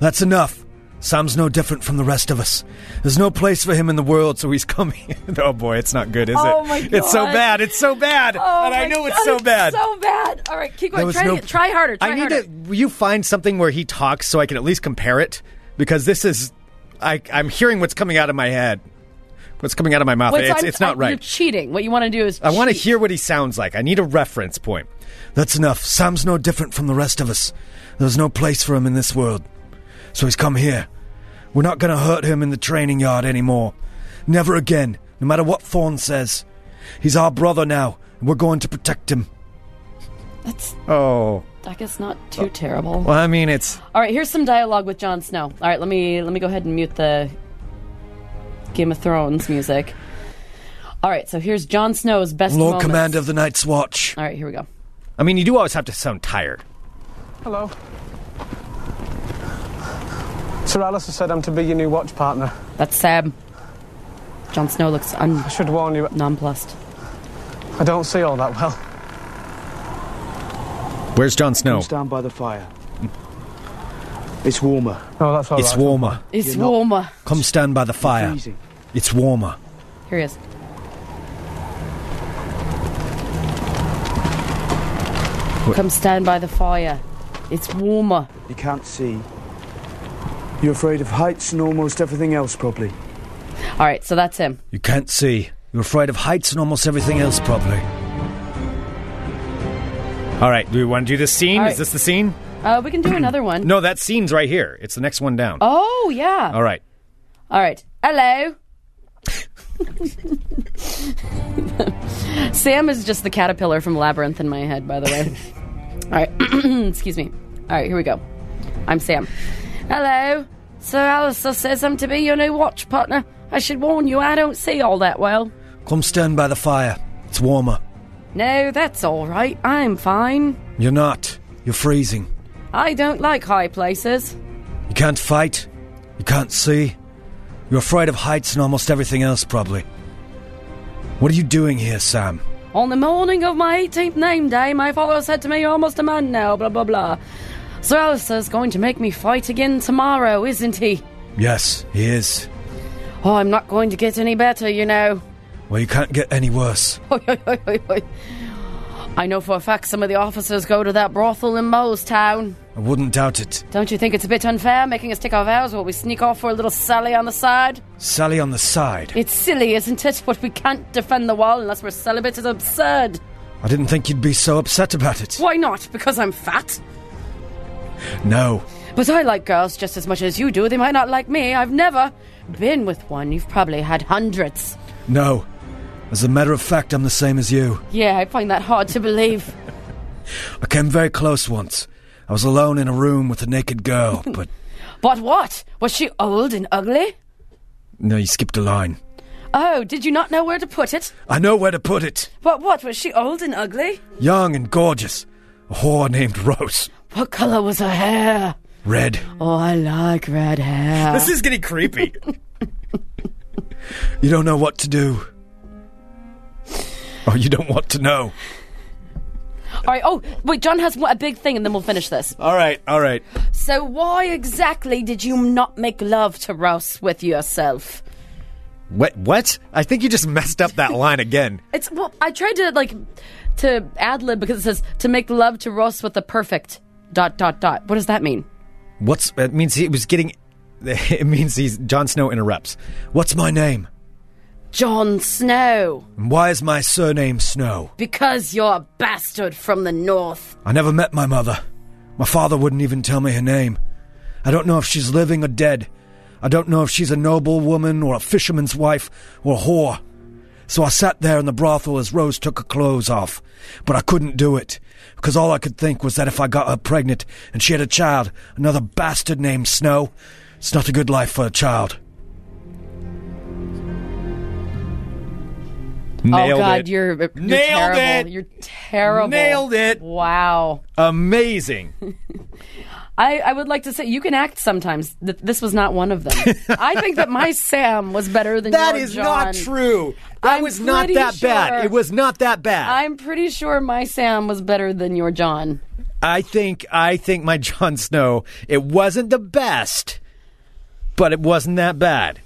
[SPEAKER 5] That's enough. Sam's no different from the rest of us. There's no place for him in the world, so he's <laughs> come here. oh boy, it's not good, is
[SPEAKER 1] Oh,
[SPEAKER 5] it?
[SPEAKER 1] my
[SPEAKER 5] It's so
[SPEAKER 1] God.
[SPEAKER 5] bad. It's so bad.
[SPEAKER 1] Oh
[SPEAKER 5] and I
[SPEAKER 1] my
[SPEAKER 5] know it's
[SPEAKER 1] God,
[SPEAKER 5] so bad.
[SPEAKER 1] So bad. All right, keep
[SPEAKER 5] There
[SPEAKER 1] going.
[SPEAKER 5] was
[SPEAKER 1] Try,
[SPEAKER 5] no-
[SPEAKER 1] to- try harder. Try
[SPEAKER 5] I need
[SPEAKER 1] harder.
[SPEAKER 5] to. will You find something where he talks so I can at least compare it because this is. I, I'm hearing what's coming out of my head, what's coming out of my mouth.
[SPEAKER 1] Wait, so
[SPEAKER 5] it's,
[SPEAKER 1] I'm-
[SPEAKER 5] it's not
[SPEAKER 1] I'm- You're
[SPEAKER 5] right.
[SPEAKER 1] cheating. What you want to do is
[SPEAKER 5] I want to
[SPEAKER 1] cheat.
[SPEAKER 5] hear what he sounds like. I need a reference point. That's enough. Sam's no different from the rest of us. There's no place for him in this world. So he's come here. We're not going to hurt him in the training yard anymore. Never again, no matter what Fawn says. He's our brother now, and we're going to protect him.
[SPEAKER 1] That's
[SPEAKER 5] Oh.
[SPEAKER 1] I guess not too terrible.
[SPEAKER 5] Well, I mean, it's.
[SPEAKER 1] All right, here's some dialogue with Jon Snow. All right, let me let me go ahead and mute the Game of Thrones music. All right, so here's Jon Snow's best moments.
[SPEAKER 5] of the Night's Watch.
[SPEAKER 1] All right, here we go.
[SPEAKER 5] I mean, you do always have to sound tired.
[SPEAKER 6] Hello. Sir Alistair said I'm to be your new watch partner.
[SPEAKER 1] That's Sam. Jon Snow looks un-
[SPEAKER 6] I should warn you,
[SPEAKER 1] nonplussed.
[SPEAKER 6] I don't see all that well.
[SPEAKER 5] Where's Jon Snow?
[SPEAKER 7] Stand by the fire. It's warmer.
[SPEAKER 6] No, Oh, that's all right.
[SPEAKER 5] warmer.
[SPEAKER 1] It's
[SPEAKER 7] not-
[SPEAKER 1] warmer.
[SPEAKER 5] Come stand by the fire.
[SPEAKER 7] Freezing.
[SPEAKER 5] It's warmer.
[SPEAKER 1] Here he is. Come stand by the fire. It's warmer.
[SPEAKER 7] You can't see. You're afraid of heights and almost everything else, probably.
[SPEAKER 1] All right, so that's him.
[SPEAKER 5] You can't see. You're afraid of heights and almost everything else, probably. All right, do we want to do this scene?
[SPEAKER 1] All right.
[SPEAKER 5] Is this the scene?
[SPEAKER 1] Uh, we can
[SPEAKER 5] <clears throat>
[SPEAKER 1] do another one.
[SPEAKER 5] No, that scene's right here. It's the next one down.
[SPEAKER 1] Oh yeah.
[SPEAKER 5] All right.
[SPEAKER 1] All right. Hello. Sam is just the caterpillar from Labyrinth in my head, by the way. All right. <clears throat> Excuse me. All right, here we go. I'm Sam. Hello. Sir Alistair says I'm to be your new watch partner. I should warn you, I don't see all that well.
[SPEAKER 5] Come stand by the fire. It's warmer.
[SPEAKER 1] No, that's all right. I'm fine.
[SPEAKER 5] You're not. You're freezing.
[SPEAKER 1] I don't like high places.
[SPEAKER 5] You can't fight. You can't see. You're afraid of heights and almost everything else, probably. What are you doing here, Sam?
[SPEAKER 1] On the morning of my 18th name day, my father said to me, You're almost a man now, blah, blah, blah. Sir Alistair's going to make me fight again tomorrow, isn't he?
[SPEAKER 5] Yes, he is.
[SPEAKER 1] Oh, I'm not going to get any better, you know. <laughs>
[SPEAKER 5] Well, you can't get any worse.
[SPEAKER 1] Hoi, hoi, hoi, hoi, hoi. I know for a fact some of the officers go to that brothel in Molestown.
[SPEAKER 5] I wouldn't doubt it.
[SPEAKER 1] Don't you think it's a bit unfair making us take off ours while we sneak off for a little sally on the side?
[SPEAKER 5] Sally on the side.
[SPEAKER 1] It's silly, isn't it? <laughs> But we can't defend the wall unless we're celibate is absurd.
[SPEAKER 5] I didn't think you'd be so upset about it.
[SPEAKER 1] Why not? Because I'm fat?
[SPEAKER 5] No.
[SPEAKER 1] But I like girls just as much as you do. They might not like me. I've never been with one. You've probably had hundreds.
[SPEAKER 5] No. As a matter of fact, I'm the same as you.
[SPEAKER 1] Yeah, I find that hard to believe.
[SPEAKER 5] I came very close once. I was alone in a room with a naked girl, <laughs> but.
[SPEAKER 1] But what? Was she old and ugly?
[SPEAKER 5] No, you skipped a line.
[SPEAKER 1] Oh, did you not know where to put it?
[SPEAKER 5] I know where to put it.
[SPEAKER 1] But what? Was she old and ugly?
[SPEAKER 5] Young and gorgeous. A whore named Rose.
[SPEAKER 1] What color was her hair?
[SPEAKER 5] Red.
[SPEAKER 1] Oh, I like red hair.
[SPEAKER 5] This is
[SPEAKER 1] <laughs>
[SPEAKER 5] getting creepy. you don't know what to do. Oh, you don't want to know.
[SPEAKER 1] All right. Oh, wait. John has one- a big thing, and then we'll finish this.
[SPEAKER 5] All right, all right.
[SPEAKER 1] So, why exactly did you not make love to Rouse with yourself?
[SPEAKER 5] What? What? I think you just messed up that line again.
[SPEAKER 1] It's well, I tried to like to ad lib because it says to make love to Ross with the perfect dot dot dot. What does that mean?
[SPEAKER 5] What's? It means he was getting. <laughs> It means he's Jon Snow interrupts. What's my name?
[SPEAKER 1] John Snow,
[SPEAKER 5] And why is my surname Snow?
[SPEAKER 1] because you're a bastard from the north.
[SPEAKER 5] I never met my mother. My father wouldn't even tell me her name. I don't know if she's living or dead. I don't know if she's a noble woman or a fisherman's wife or a whore. So I sat there in the brothel as Rose took her clothes off, but I couldn't do it, because all I could think was that if I got her pregnant and she had a child, another bastard named Snow, it's not a good life for a child.
[SPEAKER 1] oh God, you're, you're
[SPEAKER 5] Nailed
[SPEAKER 1] terrible.
[SPEAKER 5] it.
[SPEAKER 1] You're terrible.
[SPEAKER 5] Nailed it.
[SPEAKER 1] Wow. <laughs>
[SPEAKER 5] Amazing.
[SPEAKER 1] I, I would like to say you can act sometimes. Th- This was not one of
[SPEAKER 5] <laughs>
[SPEAKER 1] them. I think that my Sam was better than
[SPEAKER 5] That
[SPEAKER 1] your
[SPEAKER 5] is not
[SPEAKER 1] John.
[SPEAKER 5] true. That
[SPEAKER 1] I'm
[SPEAKER 5] was not
[SPEAKER 1] pretty
[SPEAKER 5] that
[SPEAKER 1] sure.
[SPEAKER 5] bad. It was not that bad.
[SPEAKER 1] I'm pretty sure my Sam was better than your John.
[SPEAKER 5] I think I think my <laughs> Jon Snow. It wasn't the best, but it wasn't that bad.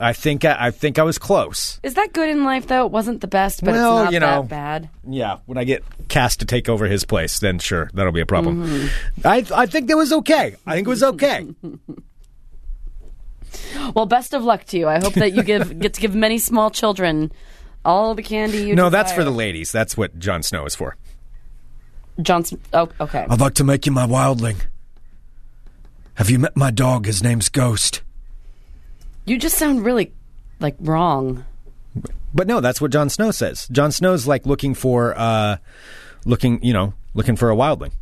[SPEAKER 5] I think I, I think I was close.
[SPEAKER 1] Is that good in life though? It wasn't the best, but
[SPEAKER 5] Well,
[SPEAKER 1] it's not
[SPEAKER 5] you know.
[SPEAKER 1] that bad.
[SPEAKER 5] Yeah, when I get cast to take over his place, then sure, that'll be a problem.
[SPEAKER 1] Mm-hmm.
[SPEAKER 5] I I think that was okay. I think it
[SPEAKER 1] <laughs>
[SPEAKER 5] was okay.
[SPEAKER 1] Well, best of luck to you. I hope that you
[SPEAKER 5] <laughs>
[SPEAKER 1] give get to give many small children all the candy you
[SPEAKER 5] no, that's for the
[SPEAKER 1] desire.
[SPEAKER 5] ladies. That's what Jon Snow is for.
[SPEAKER 1] Johnson. Oh, okay.
[SPEAKER 5] I'd like to make you my wildling. Have you met my dog? His name's Ghost.
[SPEAKER 1] You just sound really like wrong.
[SPEAKER 5] But no, that's what Jon Snow says. Jon Snow's like looking for uh looking, you know, looking for a wildling.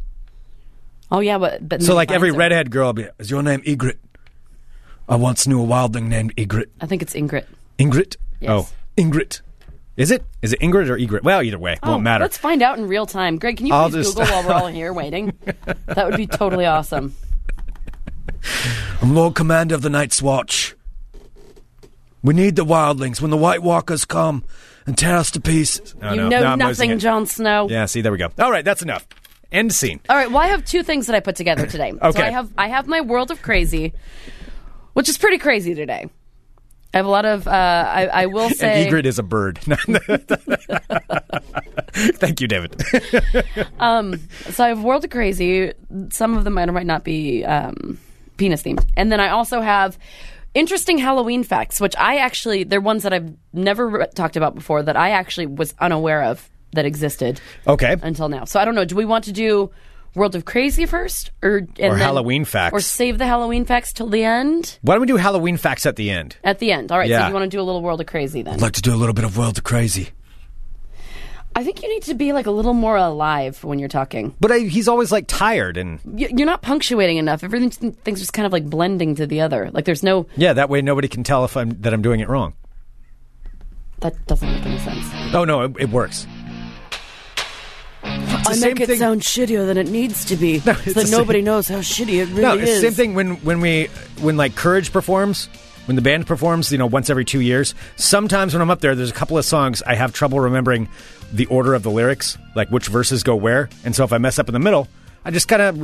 [SPEAKER 1] Oh yeah, but but
[SPEAKER 5] So like every
[SPEAKER 1] Fine.
[SPEAKER 5] redhead girl be, is your name Igrit? I once knew a wildling named Igrit.
[SPEAKER 1] I think it's Ingrid.
[SPEAKER 5] Ingrid?
[SPEAKER 1] Yes.
[SPEAKER 5] Oh, Ingrid. Is it? Is it Ingrid or Egret? Well, either way, won't matter.
[SPEAKER 1] Oh, Let's find out in real time. Greg, can you
[SPEAKER 5] I'll
[SPEAKER 1] please
[SPEAKER 5] just-
[SPEAKER 1] Google while we're
[SPEAKER 5] <laughs>
[SPEAKER 1] all here waiting? that would be totally awesome.
[SPEAKER 5] I'm Lord Commander of the Night's Watch. We need the wildlings when the White Walkers come and tear us to pieces. Oh,
[SPEAKER 1] you
[SPEAKER 5] <laughs> no.
[SPEAKER 1] know
[SPEAKER 5] No, I'm losing
[SPEAKER 1] nothing,
[SPEAKER 5] it.
[SPEAKER 1] Jon Snow.
[SPEAKER 5] Yeah, see, there we go. All right, that's enough. End scene.
[SPEAKER 1] All right. Well, I have two things that I put together
[SPEAKER 5] <laughs>
[SPEAKER 1] today. So
[SPEAKER 5] Okay.
[SPEAKER 1] I have I have my world of crazy, which is pretty crazy today. I have a lot of. Uh, I, I will say.
[SPEAKER 5] <laughs> And Egret is a bird. <laughs> Thank you, David. <laughs>
[SPEAKER 1] So I have World of Crazy. Some of them might or might not be um, penis themed. And then I also have interesting Halloween facts, which I actually, they're ones that I've never re- talked about before that I actually was unaware of that existed
[SPEAKER 5] Okay.
[SPEAKER 1] until now. So I don't know. Do we want to do World of Crazy first? Or, and then-
[SPEAKER 5] Halloween facts.
[SPEAKER 1] Or save the Halloween facts till the end?
[SPEAKER 5] Why don't we do Halloween facts at the end?
[SPEAKER 1] At the end. All right. So
[SPEAKER 5] Yeah.
[SPEAKER 1] you want to do a little World of Crazy then?
[SPEAKER 5] like to do a little bit of World of Crazy.
[SPEAKER 1] I think you need to be like a little more alive when you're talking.
[SPEAKER 5] But I, he's always like tired and
[SPEAKER 1] Y- You're not punctuating enough. Everything things just kind of like blending to the other. Like there's no
[SPEAKER 5] yeah. That way nobody can tell if I'm that I'm doing it wrong.
[SPEAKER 1] That doesn't make any sense.
[SPEAKER 5] Oh no, it, it works. It's the
[SPEAKER 1] I
[SPEAKER 5] same
[SPEAKER 1] make it
[SPEAKER 5] thing.
[SPEAKER 1] sound shittier than it needs to
[SPEAKER 5] <laughs>
[SPEAKER 1] be, so
[SPEAKER 5] the
[SPEAKER 1] that
[SPEAKER 5] same-
[SPEAKER 1] nobody knows how shitty it really
[SPEAKER 5] no, it's
[SPEAKER 1] is.
[SPEAKER 5] the same thing when when we when like Courage performs. When the band performs, you know, once every two years. Sometimes when I'm up there, there's a couple of songs I have trouble remembering the order of the lyrics, like which verses go where. And so if I mess up in the middle, I just kind of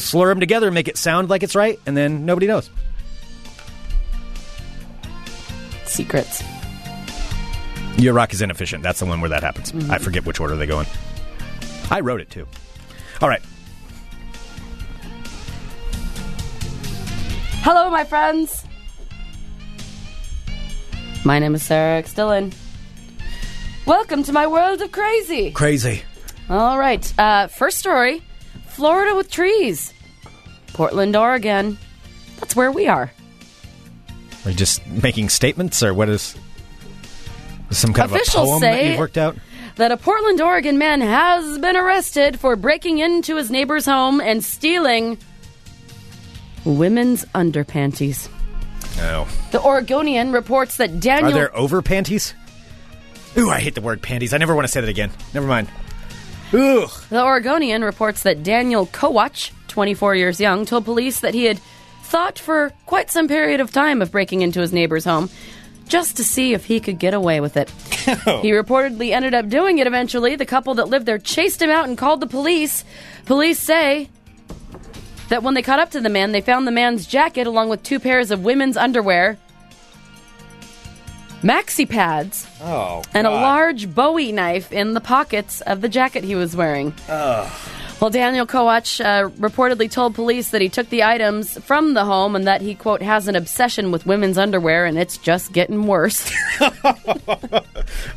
[SPEAKER 5] slur them together and make it sound like it's right, and then nobody knows.
[SPEAKER 1] Secrets.
[SPEAKER 5] Your rock is inefficient. That's the one where that happens.
[SPEAKER 1] Mm-hmm.
[SPEAKER 5] I forget which order they go in. I wrote it too. All right.
[SPEAKER 1] Hello, my friends. My name is Sarah X. Dillon. Welcome to my world of crazy.
[SPEAKER 5] Crazy.
[SPEAKER 1] All right. Uh, first story Florida with trees. Portland, Oregon. That's where we are.
[SPEAKER 5] Are you just making statements or what is some kind
[SPEAKER 1] Officials
[SPEAKER 5] of a poem that
[SPEAKER 1] say-
[SPEAKER 5] you've worked out?
[SPEAKER 1] that a Portland, Oregon man has been arrested for breaking into his neighbor's home and stealing women's underpanties.
[SPEAKER 5] No.
[SPEAKER 1] The Oregonian reports that
[SPEAKER 5] Are
[SPEAKER 1] Daniel.
[SPEAKER 5] there over panties? Ooh, I hate the word panties. I never want to say that again. Never mind. Ugh.
[SPEAKER 1] The Oregonian reports that Daniel Kowach, 24 years young, told police that he had thought for quite some period of time of breaking into his neighbor's home just to see if he could get away with it. He reportedly ended up doing it eventually. The couple that lived there chased him out and called the police. Police say that when they caught up to the man, they found the man's jacket along with two pairs of women's underwear, maxi pads,
[SPEAKER 5] Oh.
[SPEAKER 1] and a large Bowie knife in the pockets of the jacket he was wearing. Well, Daniel Kowach uh, reportedly told police that he took the items from the home and that he, quote, has an obsession with women's underwear and it's just getting worse.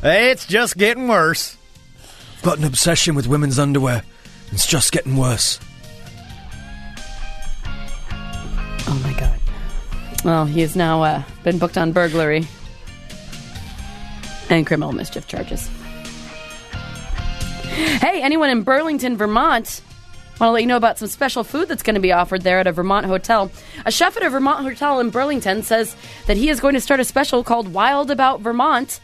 [SPEAKER 5] It's just getting worse.
[SPEAKER 8] Got an obsession with women's underwear. It's just getting worse.
[SPEAKER 1] Well, he has now uh, been booked on burglary and criminal mischief charges. Hey, anyone in Burlington, Vermont, want to let you know about some special food that's going to be offered there at a Vermont hotel. A chef at a Vermont hotel in Burlington says that he is going to start a special called Wild About Vermont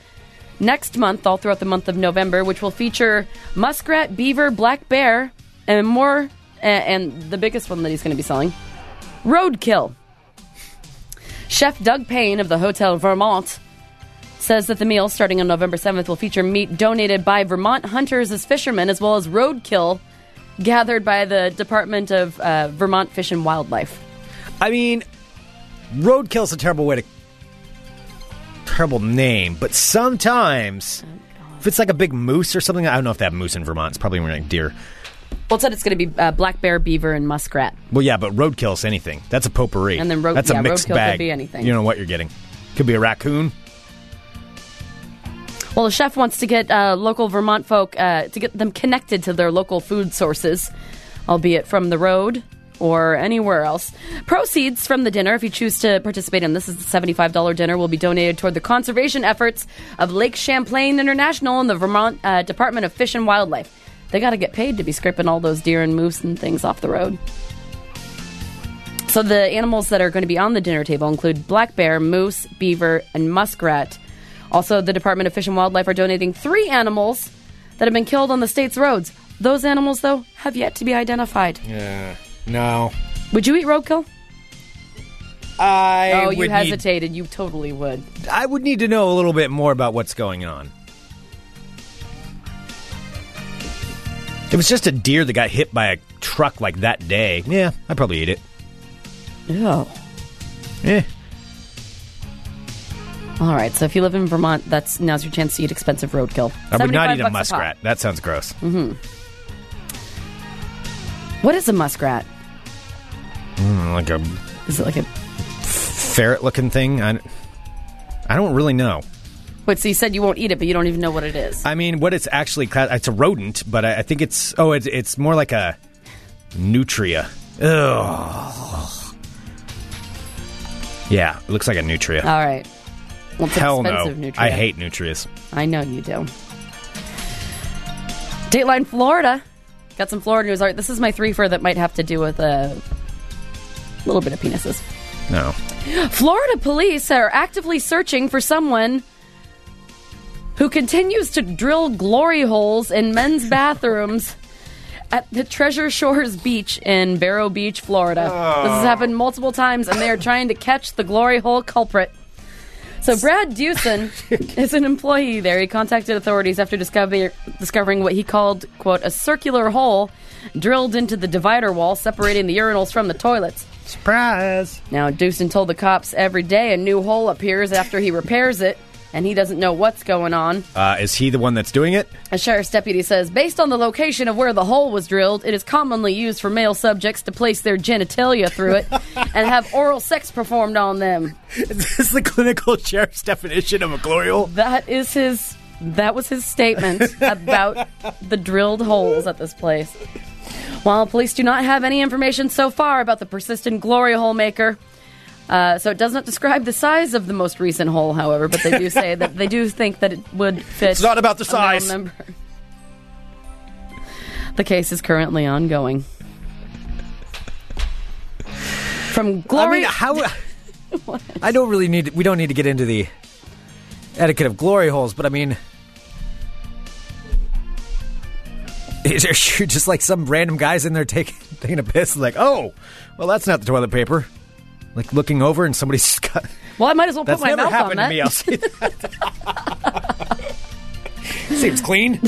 [SPEAKER 1] next month, all throughout the month of November, which will feature muskrat, beaver, black bear, and more. a- And the biggest one that he's going to be selling roadkill. Chef Doug Payne of the Hotel Vermont says that the meal starting on November 7th will feature meat donated by Vermont hunters as fishermen, as well as roadkill gathered by the Department of uh, Vermont Fish and Wildlife.
[SPEAKER 5] I mean, roadkill's a terrible way to terrible name, but sometimes if it's like a big moose or something, I don't know if that moose in Vermont. It's probably more like deer.
[SPEAKER 1] Well, it said it's going to be uh, black bear, beaver, and muskrat.
[SPEAKER 5] Well, yeah, but roadkill's anything. That's a potpourri.
[SPEAKER 1] And then road-
[SPEAKER 5] that's a
[SPEAKER 1] yeah,
[SPEAKER 5] mixed
[SPEAKER 1] roadkill could
[SPEAKER 5] bag.
[SPEAKER 1] be anything.
[SPEAKER 5] You don't know what you're getting. Could be a raccoon.
[SPEAKER 1] Well, the chef wants to get uh, local Vermont folk uh, to get them connected to their local food sources, albeit from the road or anywhere else. Proceeds from the dinner, if you choose to participate in this, is the $75 dinner, will be donated toward the conservation efforts of Lake Champlain International and the Vermont uh, Department of Fish and Wildlife. They got to get paid to be scraping all those deer and moose and things off the road. So the animals that are going to be on the dinner table include black bear, moose, beaver, and muskrat. Also, the Department of Fish and Wildlife are donating three animals that have been killed on the state's roads. Those animals, though, have yet to be identified.
[SPEAKER 5] Yeah. Uh, No.
[SPEAKER 1] Would you eat roadkill?
[SPEAKER 5] I
[SPEAKER 1] oh, you
[SPEAKER 5] would
[SPEAKER 1] hesitated. You totally would.
[SPEAKER 5] Need, I would need to know a little bit more about what's going on. If it's just a deer that got hit by a truck like that day, yeah, I'd probably eat it.
[SPEAKER 1] No.
[SPEAKER 5] Eh.
[SPEAKER 1] All right. So if you live in Vermont, that's now's your chance to eat expensive roadkill.
[SPEAKER 5] I would not
[SPEAKER 1] 75
[SPEAKER 5] eat a
[SPEAKER 1] bucks pop. Mm-hmm.
[SPEAKER 5] muskrat. that sounds gross.
[SPEAKER 1] What is a muskrat?
[SPEAKER 5] Mm, like a
[SPEAKER 1] Is it like a?
[SPEAKER 5] ferret-looking thing. I, I don't really know.
[SPEAKER 1] Wait. So you said you won't eat it, but you don't even know what it is.
[SPEAKER 5] I mean, what it's actually cla- it's a rodent, but I, I think it's oh, it's it's more like a nutria. Ugh. Yeah, it looks like a nutria.
[SPEAKER 1] All right. Well, it's
[SPEAKER 5] Hell no,
[SPEAKER 1] expensive nutria.
[SPEAKER 5] I hate nutrias.
[SPEAKER 1] I know you do. Dateline Florida. Got some Florida news. All right, this is my three for that might have to do with a little bit of penises.
[SPEAKER 5] No,
[SPEAKER 1] Florida police are actively searching for someone who continues to drill glory holes in men's <laughs> bathrooms at the Treasure Shores Beach in Barrow Beach, Florida. This has happened multiple times, and they are trying to catch the glory hole culprit. So Brad Dewson is an employee there. He contacted authorities after discover- discovering what he called "quote a circular hole drilled into the divider wall separating the urinals from the toilets."
[SPEAKER 5] surprise.
[SPEAKER 1] Now, Dewson told the cops every day a new hole appears after he repairs it, and he doesn't know what's going on.
[SPEAKER 5] Uh, is he the one that's doing it? <laughs>
[SPEAKER 1] A sheriff's deputy says, based on the location of where the hole was drilled, it is commonly used for male subjects to place their genitalia through it and have oral sex performed on them.
[SPEAKER 5] Is this the clinical sheriff's definition of a glory hole?
[SPEAKER 1] That is his. That was his
[SPEAKER 5] <laughs>
[SPEAKER 1] statement about the drilled holes at this place. While police do not have any information so far about the persistent glory hole maker, uh, so it does not describe the size of the most recent hole. However, but they do say that they do think that it would fit.
[SPEAKER 5] It's not about the
[SPEAKER 1] a male
[SPEAKER 5] size.
[SPEAKER 1] member. The case is currently ongoing. From
[SPEAKER 5] I
[SPEAKER 1] glory,
[SPEAKER 5] mean, how? <laughs> I don't really need. We don't need to get into the etiquette of glory holes, but I mean, <laughs> is there sure just like some random guys in there taking <laughs> taking a piss? Like, oh, well, that's not the toilet paper. Like looking over and <laughs> somebody's got.
[SPEAKER 1] well, I might as well
[SPEAKER 5] That's
[SPEAKER 1] put my
[SPEAKER 5] never
[SPEAKER 1] mouth on
[SPEAKER 5] happened
[SPEAKER 1] that.
[SPEAKER 5] to
[SPEAKER 1] <laughs>
[SPEAKER 5] me. I'll say that. <laughs> Seems
[SPEAKER 1] <laughs>
[SPEAKER 5] clean.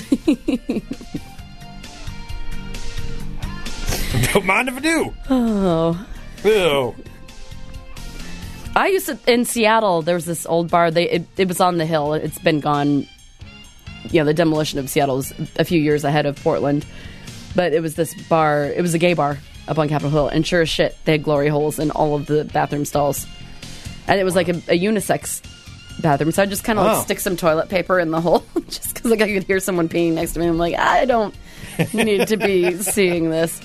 [SPEAKER 5] don't mind if I do. Oh.
[SPEAKER 1] I used to in Seattle. There was this old bar. They it, it was on the hill. It's been gone. You know, the demolition of Seattle was a few years ahead of Portland, but it was this bar. It was a gay bar up on Capitol Hill, and sure as shit, they had glory holes in all of the bathroom stalls, and it was like a, a unisex bathroom. So I just kind of
[SPEAKER 5] Oh.
[SPEAKER 1] like stick some toilet paper in the hole, <laughs> just because like I could hear someone peeing next to me. I'm like, I don't need to be seeing this.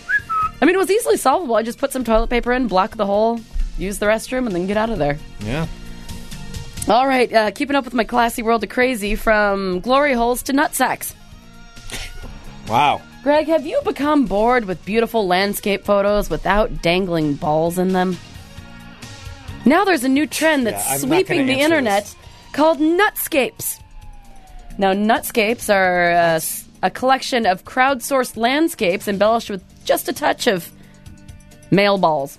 [SPEAKER 1] I mean, it was easily solvable. I just put some toilet paper in, block the hole, use the restroom, and then get out of there.
[SPEAKER 5] Yeah.
[SPEAKER 1] All right, uh, keeping up with my classy world to crazy from glory holes to nutsacks.
[SPEAKER 5] Wow.
[SPEAKER 1] Greg, have you become bored with beautiful landscape photos without dangling balls in them? Now there's a new trend that's
[SPEAKER 5] Yeah, I'm not
[SPEAKER 1] sweeping
[SPEAKER 5] gonna
[SPEAKER 1] the
[SPEAKER 5] answer
[SPEAKER 1] internet
[SPEAKER 5] this.
[SPEAKER 1] called nutscapes. Now, nutscapes are uh, s- a collection of crowdsourced landscapes embellished with just a touch of male balls.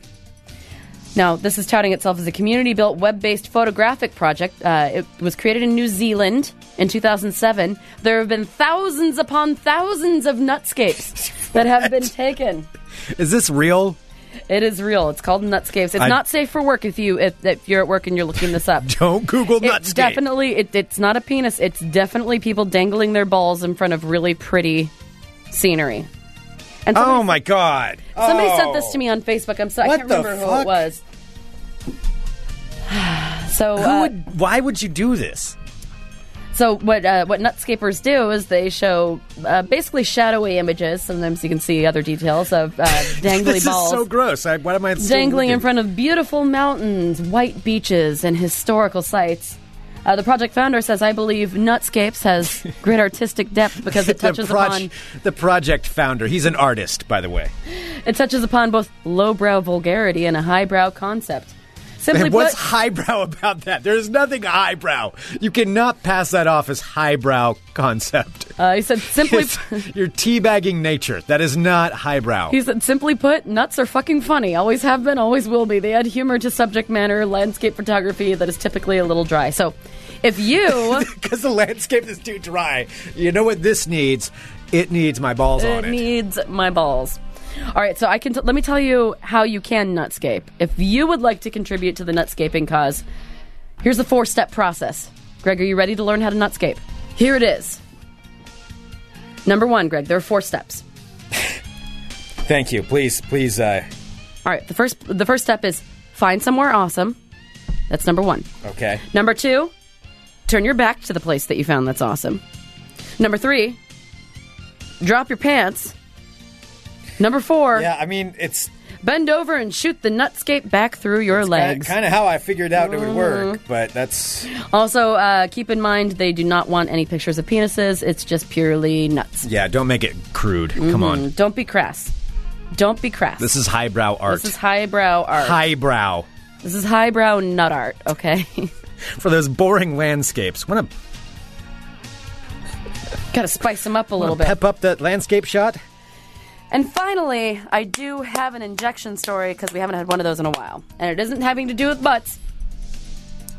[SPEAKER 1] Now, this is touting itself as a community built web based photographic project. Uh, it was created in New Zealand in 2007. There have been thousands upon thousands of nutscapes that have been taken.
[SPEAKER 5] Is this real? <laughs>
[SPEAKER 1] It is real. It's called nutscapes. It's
[SPEAKER 5] I-
[SPEAKER 1] not safe for work if you if, if you're at work and you're looking this up.
[SPEAKER 5] <laughs> Don't Google
[SPEAKER 1] It's
[SPEAKER 5] nutscape.
[SPEAKER 1] definitely it, it's not a penis. It's definitely people dangling their balls in front of really pretty scenery. And somebody
[SPEAKER 5] Oh my god.
[SPEAKER 1] Somebody
[SPEAKER 5] oh.
[SPEAKER 1] sent this to me on Facebook. I'm sorry, I
[SPEAKER 5] What
[SPEAKER 1] can't
[SPEAKER 5] the
[SPEAKER 1] remember who it
[SPEAKER 5] fuck?
[SPEAKER 1] was. <sighs> so,
[SPEAKER 5] Who
[SPEAKER 1] uh,
[SPEAKER 5] would, why would you do this? <laughs>
[SPEAKER 1] so what? Uh, what nutscapers do is they show uh, basically shadowy images. Sometimes you can see other details of uh,
[SPEAKER 5] <laughs>
[SPEAKER 1] dangly
[SPEAKER 5] this
[SPEAKER 1] balls
[SPEAKER 5] is so gross. I, what am I still
[SPEAKER 1] dangling in
[SPEAKER 5] looking?
[SPEAKER 1] front of beautiful mountains, white beaches, and historical sites. Uh, the project founder says, "I believe Nutscapes
[SPEAKER 5] <laughs>
[SPEAKER 1] has great artistic depth because it touches
[SPEAKER 5] the, proj-
[SPEAKER 1] upon
[SPEAKER 5] the project founder. He's an artist, by the way.
[SPEAKER 1] it touches upon both lowbrow vulgarity and a highbrow concept." Simply
[SPEAKER 5] And <laughs> what's
[SPEAKER 1] put,
[SPEAKER 5] highbrow about that? There is nothing highbrow. You cannot pass that off as highbrow concept.
[SPEAKER 1] uh, he said, "Simply."
[SPEAKER 5] It's- <laughs> you're teabagging nature. That is not highbrow.
[SPEAKER 1] He said, simply put, nuts are fucking funny. Always have been, always will be. They add humor to subject matter, landscape photography that is typically a little dry. So if you.
[SPEAKER 5] Because the landscape is too dry. You know what this needs? It needs my balls on
[SPEAKER 1] it
[SPEAKER 5] it.
[SPEAKER 1] needs my balls. All right, so I can t- let me tell you how you can nutscape. If you would like to contribute to the nutscaping cause, here's the four step process. Greg, are you ready to learn how to nutscape? Here it is. Number one, Greg, there are four steps.
[SPEAKER 5] Thank you. Please, please. Uh,
[SPEAKER 1] All right, the first the first step is find somewhere awesome. That's number one.
[SPEAKER 5] okay.
[SPEAKER 1] Number two, turn your back to the place that you found that's awesome. Number three, drop your pants. Number four,
[SPEAKER 5] Yeah, I mean, it's
[SPEAKER 1] bend over and shoot the nutscape back through your legs.
[SPEAKER 5] kind of how I figured out
[SPEAKER 1] Mm.
[SPEAKER 5] it would work, but that's.
[SPEAKER 1] Also, uh, keep in mind they do not want any pictures of penises. It's just purely nuts.
[SPEAKER 5] Yeah, don't make it crude. Come on.
[SPEAKER 1] Don't be crass. Don't be crass.
[SPEAKER 5] This is highbrow art.
[SPEAKER 1] Mm-hmm. this is highbrow art.
[SPEAKER 5] highbrow.
[SPEAKER 1] This is highbrow nut art. Okay, <laughs>
[SPEAKER 5] For those boring landscapes. Want to
[SPEAKER 1] gotta spice them up a little bit.
[SPEAKER 5] pep up that landscape shot?
[SPEAKER 1] And finally, I do have an injection story because we haven't had one of those in a while. And it isn't having to do with butts,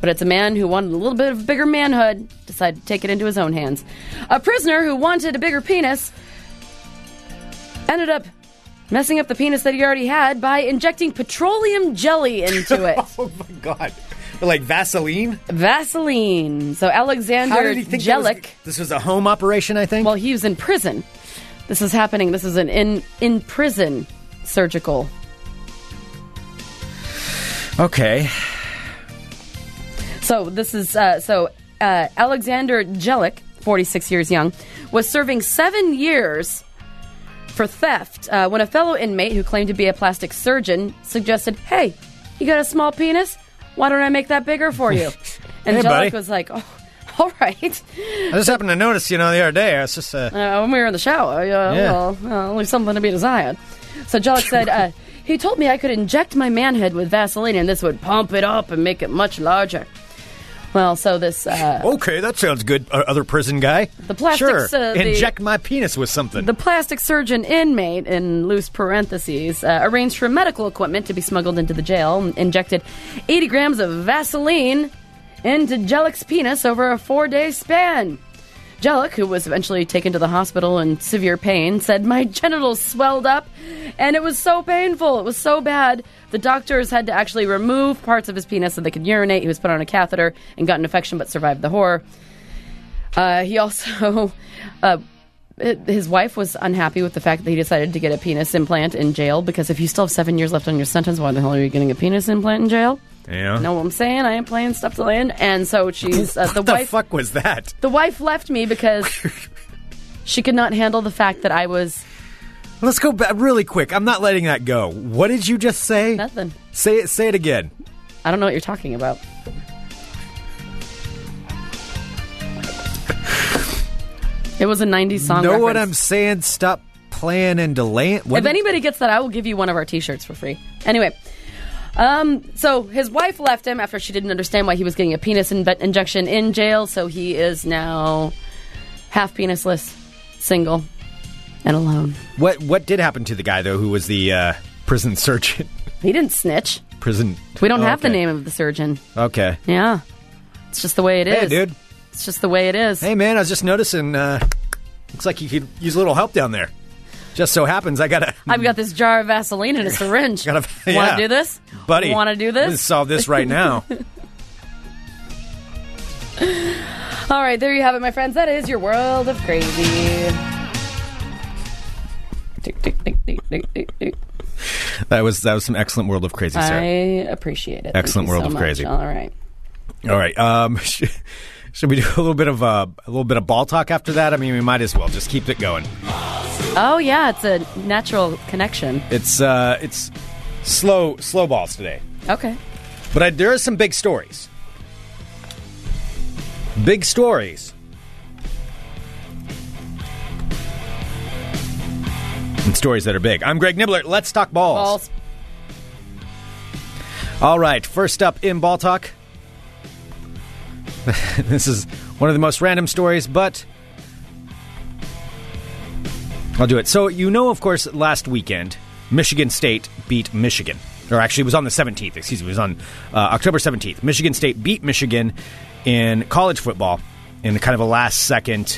[SPEAKER 1] but it's a man who wanted a little bit of bigger manhood, decided to take it into his own hands. A prisoner who wanted a bigger penis ended up messing up the penis that he already had by injecting petroleum jelly into it
[SPEAKER 5] Oh my god. Like Vaseline?
[SPEAKER 1] Vaseline. So Alexander
[SPEAKER 5] that was-
[SPEAKER 1] Jelic.
[SPEAKER 5] this was a home operation, I think?
[SPEAKER 1] Well, he was in prison. This is happening. This is an in in prison surgical
[SPEAKER 5] okay.
[SPEAKER 1] So this is uh, so uh, Alexander Jelic, 46 years young, was serving seven years for theft uh, when a fellow inmate who claimed to be a plastic surgeon suggested, "Hey, you got a small penis? Why don't I make that bigger for
[SPEAKER 5] <laughs>
[SPEAKER 1] you?" And
[SPEAKER 5] Hey,
[SPEAKER 1] Jelic
[SPEAKER 5] buddy. Uh,
[SPEAKER 1] was like, "Oh, <laughs> all right."
[SPEAKER 5] I just happened to notice, you know, the other day. It's just uh,
[SPEAKER 1] Uh, when we were in the shower, uh,
[SPEAKER 5] Yeah.
[SPEAKER 1] well, uh, only something to be desired. So Jelic said, uh, "He told me I could inject my manhood with Vaseline, and this would pump it up and make it much larger." Well, so this. Uh,
[SPEAKER 5] okay, that sounds good, uh, other prison guy.
[SPEAKER 1] The plastics,
[SPEAKER 5] Sure.
[SPEAKER 1] uh, the-
[SPEAKER 5] Inject my penis with something.
[SPEAKER 1] The plastic surgeon inmate, in loose parentheses, uh, arranged for medical equipment to be smuggled into the jail and injected 80 grams of Vaseline into Jellic's penis over a four day span. Jellic, who was eventually taken to the hospital in severe pain, said, My genitals swelled up and it was so painful. It was so bad. The doctors had to actually remove parts of his penis so they could urinate. He was put on a catheter and got an infection but survived the horror. Uh, he also, <laughs> uh, his wife was unhappy with the fact that he decided to get a penis implant in jail because if you still have seven years left on your sentence, why the hell are you getting a penis implant in jail?
[SPEAKER 5] yeah.
[SPEAKER 1] Know what I'm saying? I ain't playing stuff to land. And so
[SPEAKER 5] <laughs>
[SPEAKER 1] she's uh, the
[SPEAKER 5] what the
[SPEAKER 1] wife.
[SPEAKER 5] fuck was that?
[SPEAKER 1] The wife left me because she could not handle the fact that I was
[SPEAKER 5] Let's go back really quick. I'm not letting that go. What did you just say?
[SPEAKER 1] Nothing.
[SPEAKER 5] Say it. Say it again.
[SPEAKER 1] I don't know what you're talking about. It was a 90s song.
[SPEAKER 5] know what
[SPEAKER 1] reference.
[SPEAKER 5] I'm saying? Stop playing and delaying. What
[SPEAKER 1] If anybody gets that, I will give you one of our T-shirts for free. Anyway, um, so his wife left him after she didn't understand why he was getting a penis inve- injection in jail. So he is now half penisless, single, and alone.
[SPEAKER 5] what what did happen to the guy though? Who was the uh, prison surgeon? <laughs>
[SPEAKER 1] He didn't snitch.
[SPEAKER 5] prison.
[SPEAKER 1] We don't
[SPEAKER 5] Oh,
[SPEAKER 1] have the
[SPEAKER 5] okay.
[SPEAKER 1] name of the surgeon.
[SPEAKER 5] Okay.
[SPEAKER 1] Yeah, it's just the way it is.
[SPEAKER 5] Hey, dude.
[SPEAKER 1] It's just the way it is.
[SPEAKER 5] Hey, man. I was just noticing. Uh, looks like you could use a little help down there. Just so happens I got a
[SPEAKER 1] I've got this jar of Vaseline and a syringe.
[SPEAKER 5] <laughs> Gotta-
[SPEAKER 1] Want
[SPEAKER 5] yeah.
[SPEAKER 1] to do this,
[SPEAKER 5] buddy.
[SPEAKER 1] Want to do
[SPEAKER 5] Let's
[SPEAKER 1] this?
[SPEAKER 5] solve this
[SPEAKER 1] <laughs>
[SPEAKER 5] right now.
[SPEAKER 1] All right, there you have it, my friends. That is your world of crazy. Tick, tick, tick, tick, tick, tick, tick.
[SPEAKER 5] that was that was some excellent world of crazy,
[SPEAKER 1] I
[SPEAKER 5] sir.
[SPEAKER 1] appreciate it. Thank
[SPEAKER 5] Excellent
[SPEAKER 1] you
[SPEAKER 5] world
[SPEAKER 1] so
[SPEAKER 5] of
[SPEAKER 1] much.
[SPEAKER 5] crazy.
[SPEAKER 1] All right.
[SPEAKER 5] All right. Um, <laughs> should, should we do a little bit of uh, a little bit of ball talk after that? I mean, we might as well just keep it going.
[SPEAKER 1] Oh yeah, it's a natural connection.
[SPEAKER 5] It's uh, it's slow slow balls today,
[SPEAKER 1] Okay.
[SPEAKER 5] but I, there are some big stories. Big stories. And stories that are big. I'm Greg Nibbler. Let's talk
[SPEAKER 1] Balls.
[SPEAKER 5] balls. All right. First up in ball talk. <laughs> this is one of the most random stories, but I'll do it. So, you know, of course, last weekend, Michigan State beat Michigan. Or actually, it was on the 17th, excuse me, it was on uh, October 17th. Michigan State beat Michigan in college football in kind of a last second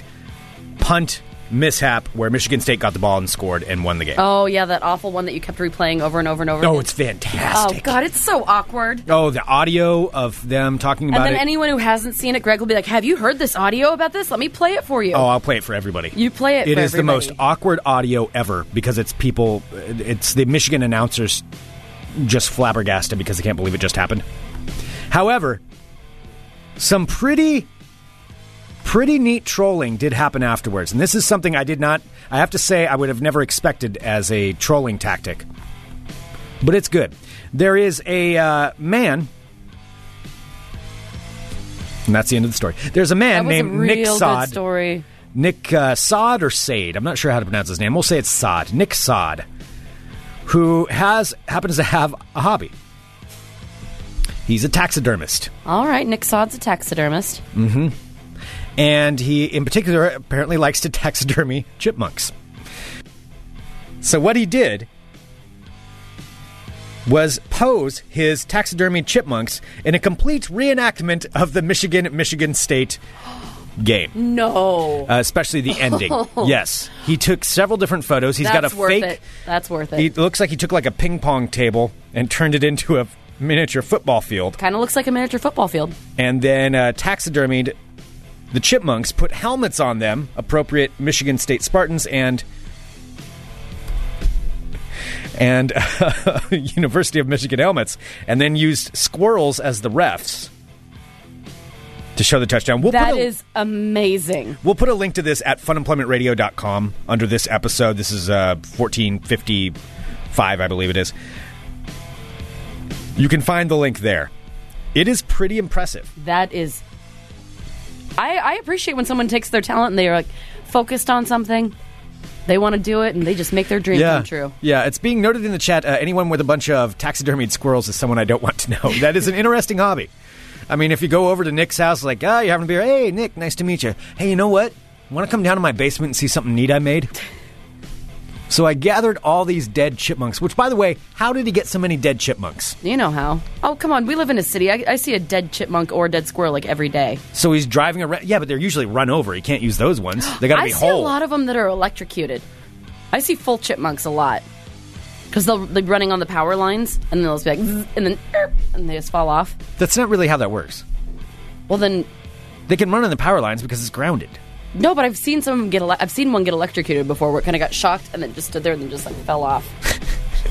[SPEAKER 5] punt mishap where Michigan State got the ball and scored and won the game.
[SPEAKER 1] Oh yeah, that awful one that you kept replaying over and over and over.
[SPEAKER 5] Oh,
[SPEAKER 1] again.
[SPEAKER 5] it's
[SPEAKER 1] Oh
[SPEAKER 5] fantastic.
[SPEAKER 1] god, it's so awkward.
[SPEAKER 5] Oh, the audio of them talking
[SPEAKER 1] And
[SPEAKER 5] about
[SPEAKER 1] then
[SPEAKER 5] it.
[SPEAKER 1] anyone who hasn't seen it, Greg will be like, "Have you heard this audio about this? Let me play it for you."
[SPEAKER 5] Oh, I'll play it for everybody.
[SPEAKER 1] You play it
[SPEAKER 5] It
[SPEAKER 1] for
[SPEAKER 5] is the most
[SPEAKER 1] everybody.
[SPEAKER 5] awkward audio ever because it's people. It's the Michigan announcers just flabbergasted because they can't believe it just happened. However, some pretty pretty neat trolling did happen afterwards, and this is something I did not. I have to say, I would have never expected as a trolling tactic, but it's good. There is a uh, man. And that's the end of the story. There's a
[SPEAKER 1] that
[SPEAKER 5] man
[SPEAKER 1] was
[SPEAKER 5] named
[SPEAKER 1] a real
[SPEAKER 5] Nick Sod.
[SPEAKER 1] good story.
[SPEAKER 5] Nick uh, Sod or Sade. I'm not sure how to pronounce his name. We'll say it's Sod. Nick Sod, who has happens to have a hobby. He's a taxidermist,
[SPEAKER 1] All right, Nick Sod's a taxidermist.
[SPEAKER 5] and he, in particular, apparently likes to <laughs> taxidermy chipmunks. So what he did was pose his taxidermy chipmunks in a complete reenactment of the Michigan Michigan State <gasps> game.
[SPEAKER 1] No,
[SPEAKER 5] uh, especially
[SPEAKER 1] <laughs>
[SPEAKER 5] the ending. yes, he took several different photos. He's
[SPEAKER 1] Oh. that's
[SPEAKER 5] got a
[SPEAKER 1] worth
[SPEAKER 5] fake.
[SPEAKER 1] it. That's worth it.
[SPEAKER 5] He looks like he took like a ping pong table and turned it into a miniature football field,
[SPEAKER 1] Kind of looks like a miniature football field.
[SPEAKER 5] and then uh, taxidermied the chipmunks, put helmets on them, appropriate Michigan State Spartans, and. And <laughs> University of Michigan helmets, and then used squirrels as the refs to show the touchdown. We'll put
[SPEAKER 1] That
[SPEAKER 5] a-
[SPEAKER 1] is amazing.
[SPEAKER 5] We'll put a link to this at funemploymentradio.com under this episode. This is uh, 1455, I believe it is. You can find the link there. It is pretty impressive.
[SPEAKER 1] That is. I, I appreciate when someone takes their talent and they are like focused on something. They want to do it and they just make their dream come true.
[SPEAKER 5] Yeah, it's being noted in the chat. Uh, anyone with a bunch of taxidermied squirrels is someone I don't <laughs> want to know. That is an interesting hobby. I mean, if you go over to Nick's house, like, ah, you're having a beer. Hey, Nick, nice to meet you. Hey, you know what? Want to come down to my basement and see something neat I made? So I gathered all these dead chipmunks. Which, by the way, how did he get so many dead chipmunks?
[SPEAKER 1] You know how. Oh, come on. We live in a city. I, I see a dead chipmunk or a dead squirrel like every day.
[SPEAKER 5] So he's driving around. Yeah, but they're usually run over. He can't use those ones. They got to
[SPEAKER 1] I
[SPEAKER 5] be
[SPEAKER 1] see a
[SPEAKER 5] whole.
[SPEAKER 1] lot of them that are electrocuted. I see full chipmunks a lot. Because they'll, they'll be running on the power lines and they'll just be like, "Zzz," and then, "Erp," and they just fall off.
[SPEAKER 5] That's not really how that works.
[SPEAKER 1] Well, then,
[SPEAKER 5] They can run on the power lines because it's grounded.
[SPEAKER 1] no, but I've seen some of 'em get, ele- I've seen one get electrocuted before where it kind of got shocked and then just stood there and then just like fell off.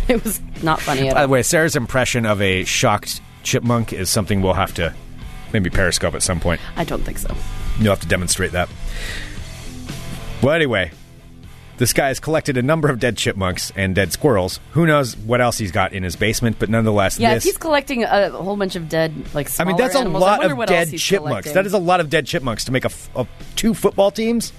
[SPEAKER 1] <laughs> it was not funny at all.
[SPEAKER 5] By the way, Sarah's impression of a shocked chipmunk is something we'll have to maybe periscope at some point.
[SPEAKER 1] I don't think so.
[SPEAKER 5] You'll have to demonstrate that. Well, anyway, This guy has collected a number of dead chipmunks and dead squirrels. Who knows what else he's got in his basement, but nonetheless,
[SPEAKER 1] Yeah,
[SPEAKER 5] this.
[SPEAKER 1] if he's collecting a whole bunch of dead, like
[SPEAKER 5] I
[SPEAKER 1] smaller
[SPEAKER 5] mean, that's a
[SPEAKER 1] animals, I
[SPEAKER 5] lot
[SPEAKER 1] wonder
[SPEAKER 5] of
[SPEAKER 1] what else
[SPEAKER 5] dead
[SPEAKER 1] he's
[SPEAKER 5] chipmunks.
[SPEAKER 1] collecting.
[SPEAKER 5] That is a lot of dead chipmunks to make a, f- a- two football teams.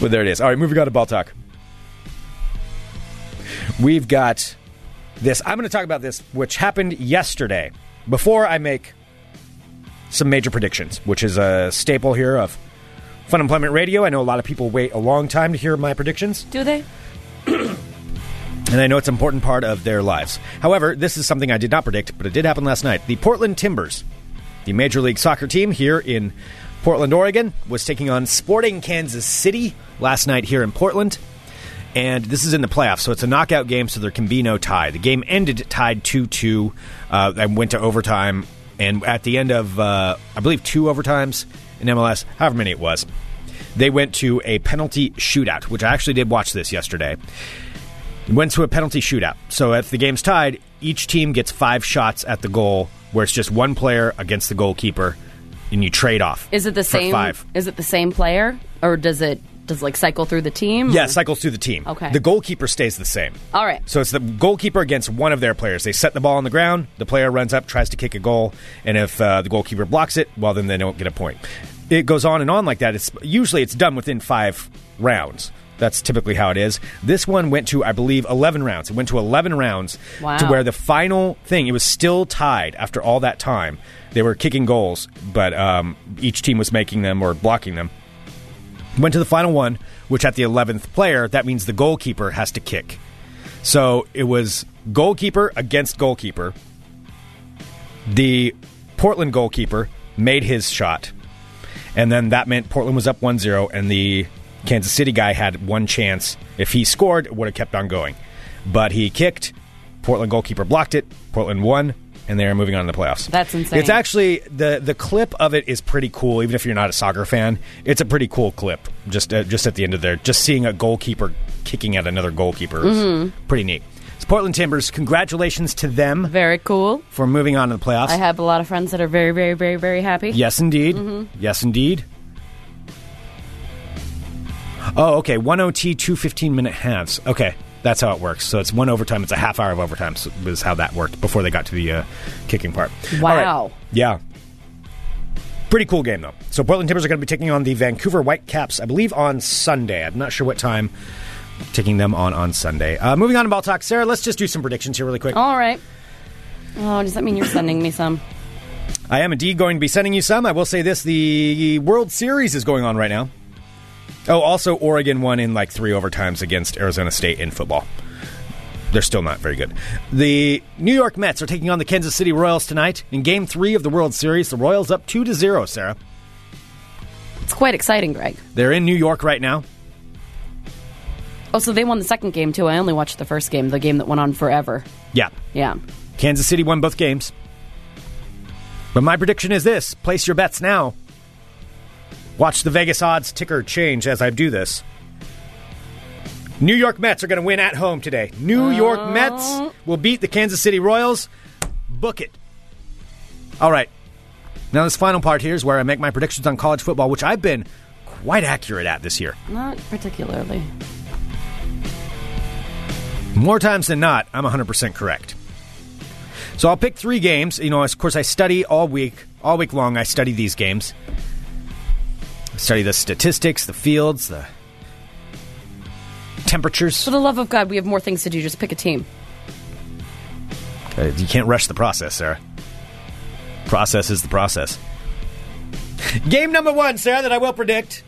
[SPEAKER 5] well, there it is. All right, moving on to ball talk. We've got this. I'm going to talk about this, which happened yesterday. Before I make some major predictions, which is a staple here of Fun Employment Radio. I know a lot of people wait a long time to hear my predictions
[SPEAKER 1] Do they?
[SPEAKER 5] and I know it's an important part of their lives. However, this is something I did not predict, but it did happen last night. The Portland Timbers, the Major League Soccer team here in Portland, Oregon, was taking on Sporting Kansas City last night here in Portland. And this is in the playoffs, so it's a knockout game, so there can be no tie. The game ended tied 2 2 uh, and went to overtime. And at the end of, uh, I believe, two overtimes in MLS, however many it was, they went to a penalty shootout, which I actually did watch this yesterday went to a penalty shootout. So if the game's tied, each team gets five shots at the goal, where it's just one player against the goalkeeper, and you trade off.
[SPEAKER 1] Is it the
[SPEAKER 5] for
[SPEAKER 1] same?
[SPEAKER 5] Five.
[SPEAKER 1] Is it the same player, or does it does it, like cycle through the team?
[SPEAKER 5] Yeah, it
[SPEAKER 1] Or-
[SPEAKER 5] cycles through the team.
[SPEAKER 1] Okay.
[SPEAKER 5] The goalkeeper stays the same.
[SPEAKER 1] All right.
[SPEAKER 5] So it's the goalkeeper against one of their players. They set the ball on the ground. The player runs up, tries to kick a goal, and if uh, the goalkeeper blocks it, well, then they don't get a point. It goes on and on like that. It's usually it's done within five rounds. That's typically how it is. This one went to, I believe, eleven rounds. It went to eleven rounds
[SPEAKER 1] Wow.
[SPEAKER 5] to where the final thing it was still tied after all that time. They were kicking goals, but um, each team was making them or blocking them went to the final one, which at the 11th player, that means the goalkeeper has to kick. So it was goalkeeper against goalkeeper. The Portland goalkeeper made his shot. And then that meant Portland was up 1 0, and the Kansas City guy had one chance. If he scored, it would have kept on going. But he kicked. Portland goalkeeper blocked it. Portland won, and they are moving on to the playoffs.
[SPEAKER 1] That's insane.
[SPEAKER 5] It's actually the the clip of it is pretty cool. Even if you're not a soccer fan, it's a pretty cool clip. Just uh, just at the end of there, just seeing a goalkeeper kicking at another goalkeeper is
[SPEAKER 1] Mm-hmm.
[SPEAKER 5] pretty neat. It's Portland Timbers. Congratulations to them
[SPEAKER 1] Very cool.
[SPEAKER 5] for moving on to the playoffs.
[SPEAKER 1] I have a lot of friends that are very, very, very, very happy.
[SPEAKER 5] Yes, indeed. Yes, indeed. Oh, okay. One OT, two 15 minute halves. Okay. That's how it works. So it's one overtime. It's a half hour of overtime, so was how that worked before they got to the uh, kicking part. All right.
[SPEAKER 1] Wow.
[SPEAKER 5] Yeah. Pretty cool game, though. So Portland Timbers are going to be taking on the Vancouver Whitecaps, I believe, on Sunday. I'm not sure what time taking them on on Sunday. Uh, moving on to Ball Talk. Sarah, let's just do some predictions here really quick.
[SPEAKER 1] All right. Oh, does that mean you're sending me some?
[SPEAKER 5] I am indeed going to be sending you some. I will say this the World Series is going on right now. Oh, also, Oregon won in like three overtimes against Arizona State in football. They're still not very good. The New York Mets are taking on the Kansas City Royals tonight. In game three of the World Series, the Royals up 2 to 0, Sarah.
[SPEAKER 1] It's quite exciting, Greg.
[SPEAKER 5] They're in New York right now.
[SPEAKER 1] Oh, so they won the second game too. I only watched the first game, the game that went on forever.
[SPEAKER 5] Yeah.
[SPEAKER 1] Yeah.
[SPEAKER 5] Kansas City won both games. But my prediction is this place your bets now. Watch the Vegas odds ticker change as I do this. New York Mets are going to win at home today. New York Mets will beat the Kansas City Royals. Book it. All right. Now, this final part here is where I make my predictions on college football, which I've been quite accurate at this year.
[SPEAKER 1] Not particularly.
[SPEAKER 5] More times than not, I'm 100% correct. So I'll pick three games. You know, of course, I study all week, all week long. I study these games. I study the statistics, the fields, the temperatures.
[SPEAKER 1] For the love of God, we have more things to do. Just pick a team.
[SPEAKER 5] Uh, You can't rush the process, Sarah. Process is the process. Game number one, Sarah, that I will predict.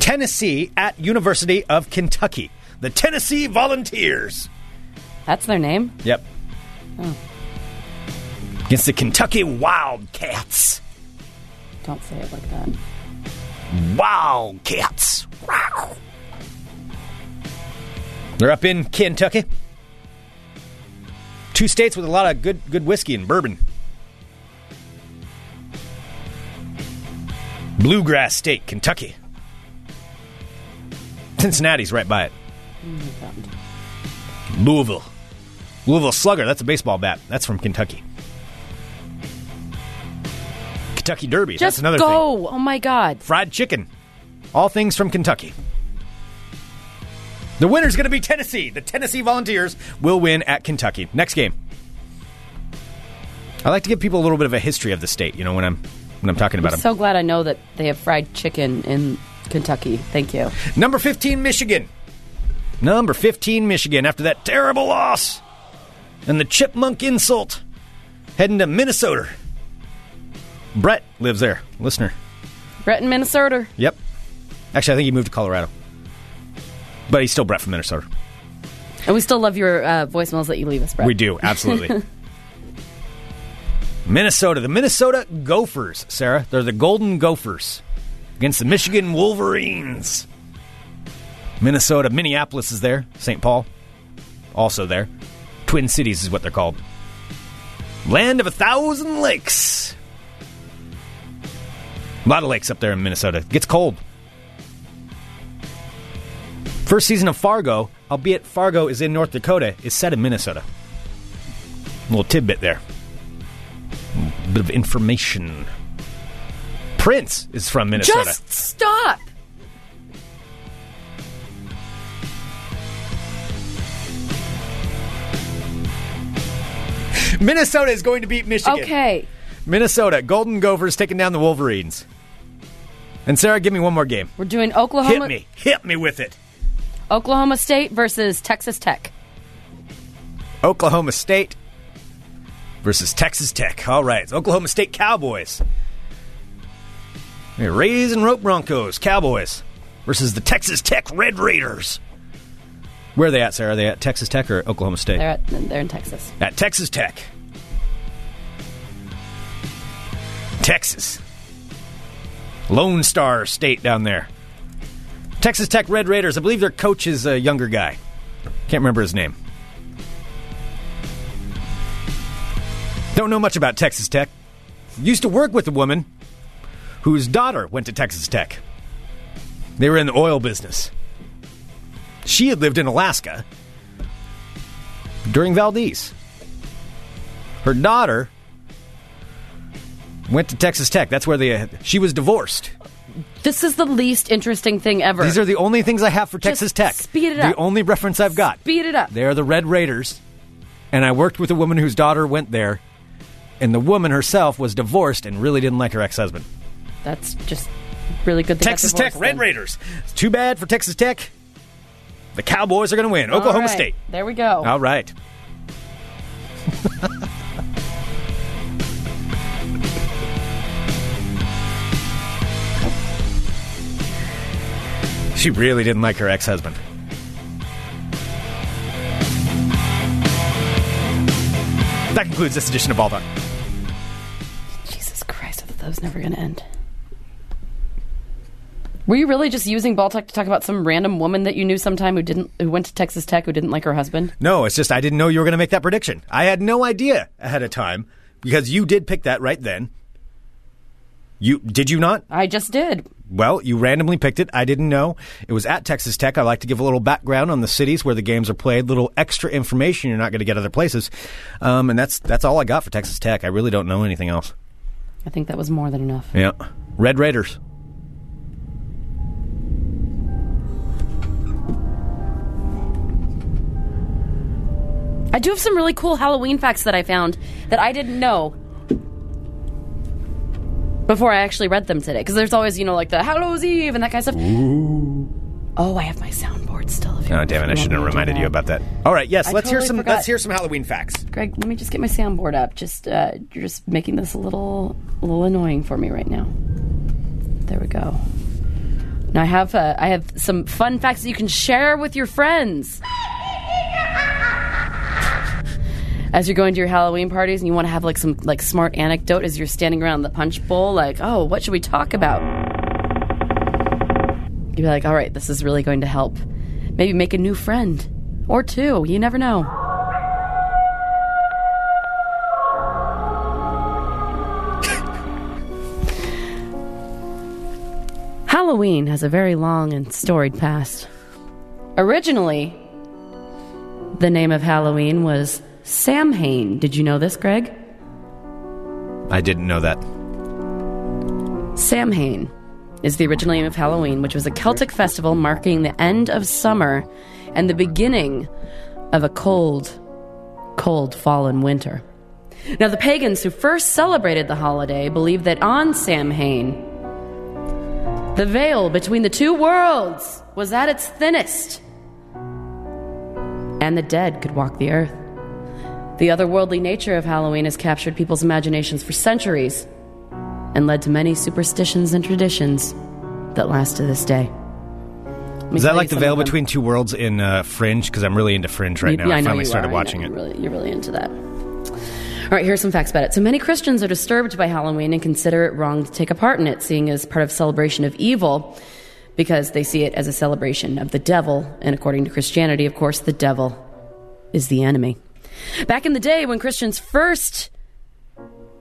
[SPEAKER 5] Tennessee at University of Kentucky. The Tennessee Volunteers.
[SPEAKER 1] That's their name.
[SPEAKER 5] Yep. Against the Kentucky Wildcats.
[SPEAKER 1] Don't say it like that.
[SPEAKER 5] Wildcats. Wow. They're up in Kentucky. Two states with a lot of good good whiskey and bourbon. Bluegrass State, Kentucky. Cincinnati's right by it. Louisville. Louisville Slugger, that's a baseball bat. That's from Kentucky. Kentucky Derby. That's
[SPEAKER 1] Just
[SPEAKER 5] another thing.
[SPEAKER 1] go. Oh my God.
[SPEAKER 5] Fried chicken. All things from Kentucky. The winner's going to be Tennessee. The Tennessee Volunteers will win at Kentucky. Next game. I like to give people a little bit of a history of the state, you know, when I'm when I'm talking about
[SPEAKER 1] I'm
[SPEAKER 5] them.
[SPEAKER 1] so glad I know that they have fried chicken in Kentucky. Thank you.
[SPEAKER 5] Number 15, Michigan. Number 15, Michigan, after that terrible loss and the chipmunk insult, heading to Minnesota. Brett lives there, listener.
[SPEAKER 1] Brett in Minnesota.
[SPEAKER 5] Yep. Actually, I think he moved to Colorado. But he's still Brett from Minnesota.
[SPEAKER 1] And we still love your uh, voicemails that you leave us, Brett.
[SPEAKER 5] We do, absolutely. Minnesota, the Minnesota Gophers, Sarah. They're the Golden Gophers against the Michigan Wolverines. Minnesota, Minneapolis is there. St. Paul, also there. Twin Cities is what they're called. Land of a thousand lakes. A lot of lakes up there in Minnesota. It gets cold. First season of Fargo, albeit Fargo is in North Dakota, is set in Minnesota. little tidbit there. bit of information. Prince is from Minnesota.
[SPEAKER 1] Just stop.
[SPEAKER 5] Minnesota is going to beat Michigan.
[SPEAKER 1] Okay.
[SPEAKER 5] Minnesota, Golden Gophers taking down the Wolverines. And Sarah, give me one more game.
[SPEAKER 1] We're doing Oklahoma.
[SPEAKER 5] Hit me. Hit me with it.
[SPEAKER 1] Oklahoma State versus Texas Tech.
[SPEAKER 5] Oklahoma State versus Texas Tech. All right, it's Oklahoma State Cowboys. Hey, Rays and Rope Broncos, Cowboys versus the Texas Tech Red Raiders. Where are they at, Sarah? Are they at Texas Tech or Oklahoma State?
[SPEAKER 1] They're at, they're in Texas.
[SPEAKER 5] at Texas Tech. Texas. Lone Star State down there. Texas Tech Red Raiders. I believe their coach is a younger guy. Can't remember his name. Don't know much about Texas Tech. Used to work with a woman whose daughter went to Texas Tech. They were in the oil business. She had lived in Alaska during Valdez. Her daughter went to Texas Tech. That's where they. She was divorced.
[SPEAKER 1] This is the least interesting thing ever.
[SPEAKER 5] These are the only things I have for Texas Tech.
[SPEAKER 1] speed it
[SPEAKER 5] the
[SPEAKER 1] up.
[SPEAKER 5] only reference I've got.
[SPEAKER 1] Speed it up.
[SPEAKER 5] They are the Red Raiders, and I worked with a woman whose daughter went there, and the woman herself was divorced and really didn't like her ex-husband.
[SPEAKER 1] That's just really good. they got
[SPEAKER 5] Texas
[SPEAKER 1] divorced
[SPEAKER 5] Tech Red
[SPEAKER 1] then.
[SPEAKER 5] Raiders. It's too bad for Texas Tech. The Cowboys are going to win.
[SPEAKER 1] All
[SPEAKER 5] Oklahoma
[SPEAKER 1] right.
[SPEAKER 5] State.
[SPEAKER 1] There we go.
[SPEAKER 5] All right. <laughs> she really didn't like her ex husband. That concludes this edition of Ball Talk.
[SPEAKER 1] Jesus Christ, I thought that was never going to end. Were you really just using ball talk to talk about some random woman that you knew sometime who didn't who went to Texas Tech who didn't like her husband?
[SPEAKER 5] No, it's just I didn't know you were going to make that prediction. I had no idea ahead of time because you did pick that right then. You did you not?
[SPEAKER 1] I just did.
[SPEAKER 5] Well, you randomly picked it. I didn't know. It was at Texas Tech. I like to give a little background on the cities where the games are played, little extra information you're not going to get other places. Um, and that's that's all I got for Texas Tech. I really don't know anything else.
[SPEAKER 1] I think that was more than enough.
[SPEAKER 5] Yeah. Red Raiders.
[SPEAKER 1] I do have some really cool Halloween facts that I found that I didn't know before I actually read them today. Because there's always, you know, like the Hallow's Eve and that kind of stuff. Oh, I have my soundboard still. If you
[SPEAKER 5] Oh
[SPEAKER 1] want-
[SPEAKER 5] damn it,
[SPEAKER 1] if
[SPEAKER 5] I
[SPEAKER 1] you
[SPEAKER 5] shouldn't
[SPEAKER 1] want
[SPEAKER 5] have
[SPEAKER 1] me to do
[SPEAKER 5] reminded you
[SPEAKER 1] that.
[SPEAKER 5] about that. All right, yes,
[SPEAKER 1] I
[SPEAKER 5] let's hear
[SPEAKER 1] totally
[SPEAKER 5] some
[SPEAKER 1] forgot.
[SPEAKER 5] let's hear some Halloween facts.
[SPEAKER 1] Greg, let me just get my soundboard up. Just uh, you're just making this a little a little annoying for me right now. There we go. Now I have uh, I have some fun facts that you can share with your friends. <laughs> As you're going to your Halloween parties and you want to have like some like smart anecdote as you're standing around the punch bowl, like, oh, what should we talk about? You'd be like, all right, this is really going to help. Maybe make a new friend or two. You never know. Halloween has a very long and storied past. Originally, the name of Halloween was Samhain. Did you know this, Greg?
[SPEAKER 5] I didn't know that.
[SPEAKER 1] Samhain is the original name of Halloween, which was a Celtic festival marking the end of summer and the beginning of a cold, cold fall and winter. Now, the pagans who first celebrated the holiday believed that on Samhain, the veil between the two worlds was at its thinnest, and the dead could walk the earth. The otherworldly nature of Halloween has captured people's imaginations for centuries and led to many superstitions and traditions that last to this day. Let me
[SPEAKER 5] Is that
[SPEAKER 1] tell
[SPEAKER 5] like
[SPEAKER 1] you
[SPEAKER 5] the
[SPEAKER 1] some
[SPEAKER 5] veil
[SPEAKER 1] of them.
[SPEAKER 5] between two worlds in uh, Fringe? Because I'm really into Fringe right
[SPEAKER 1] You-
[SPEAKER 5] now.
[SPEAKER 1] yeah,
[SPEAKER 5] I
[SPEAKER 1] know
[SPEAKER 5] finally
[SPEAKER 1] you
[SPEAKER 5] started
[SPEAKER 1] are. I know
[SPEAKER 5] watching it.
[SPEAKER 1] You're really, you're really into that. All right, here's some facts about it. So many Christians are disturbed by Halloween and consider it wrong to take a part in it, seeing as part of celebration of evil, because they see it as a celebration of the devil. And according to Christianity, of course, the devil is the enemy. Back in the day when Christians first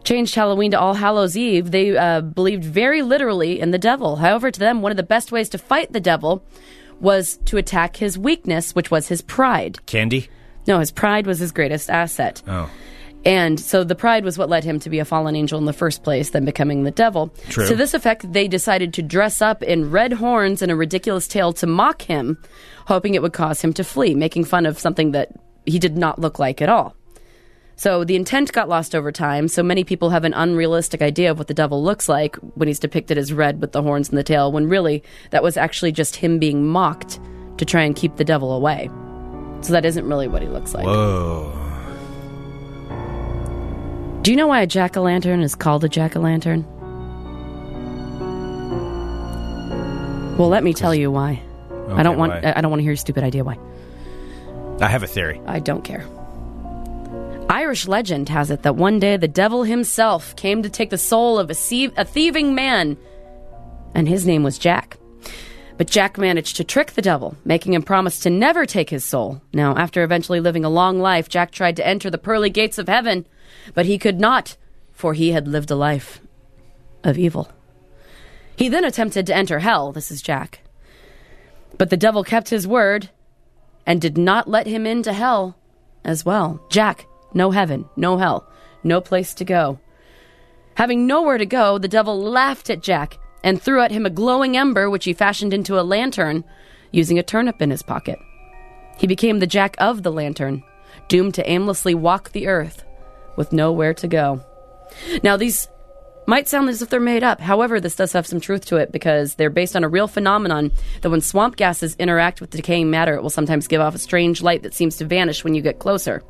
[SPEAKER 1] changed Halloween to All Hallows Eve, they uh, believed very literally in the devil. However, to them, one of the best ways to fight the devil was to attack his weakness, which was his pride.
[SPEAKER 5] Candy?
[SPEAKER 1] No, his pride was his greatest asset.
[SPEAKER 5] Oh.
[SPEAKER 1] And so the pride was what led him to be a fallen angel in the first place, then becoming the devil.
[SPEAKER 5] True.
[SPEAKER 1] To this effect, they decided to dress up in red horns and a ridiculous tail to mock him, hoping it would cause him to flee, making fun of something that he did not look like at all. So the intent got lost over time, so many people have an unrealistic idea of what the devil looks like when he's depicted as red with the horns and the tail, when really that was actually just him being mocked to try and keep the devil away. So that isn't really what he looks like.
[SPEAKER 5] Whoa.
[SPEAKER 1] Do you know why a jack o' lantern is called a jack o' lantern? Well, let me tell you why. I don't want.
[SPEAKER 5] why?
[SPEAKER 1] I don't want to hear your stupid idea why.
[SPEAKER 5] I have a theory.
[SPEAKER 1] I don't care. Irish legend has it that one day the devil himself came to take the soul of a, sie- a thieving man, and his name was Jack. But Jack managed to trick the devil, making him promise to never take his soul. Now, after eventually living a long life, Jack tried to enter the pearly gates of heaven, but he could not, for he had lived a life of evil. He then attempted to enter hell. This is Jack. But the devil kept his word and did not let him into hell as well. Jack, no heaven, no hell, no place to go. Having nowhere to go, the devil laughed at Jack and threw at him a glowing ember which he fashioned into a lantern using a turnip in his pocket. He became the Jack of the lantern, doomed to aimlessly walk the earth with nowhere to go. Now, these might sound as if they're made up. However, this does have some truth to it because they're based on a real phenomenon that when swamp gases interact with decaying matter, it will sometimes give off a strange light that seems to vanish when you get closer.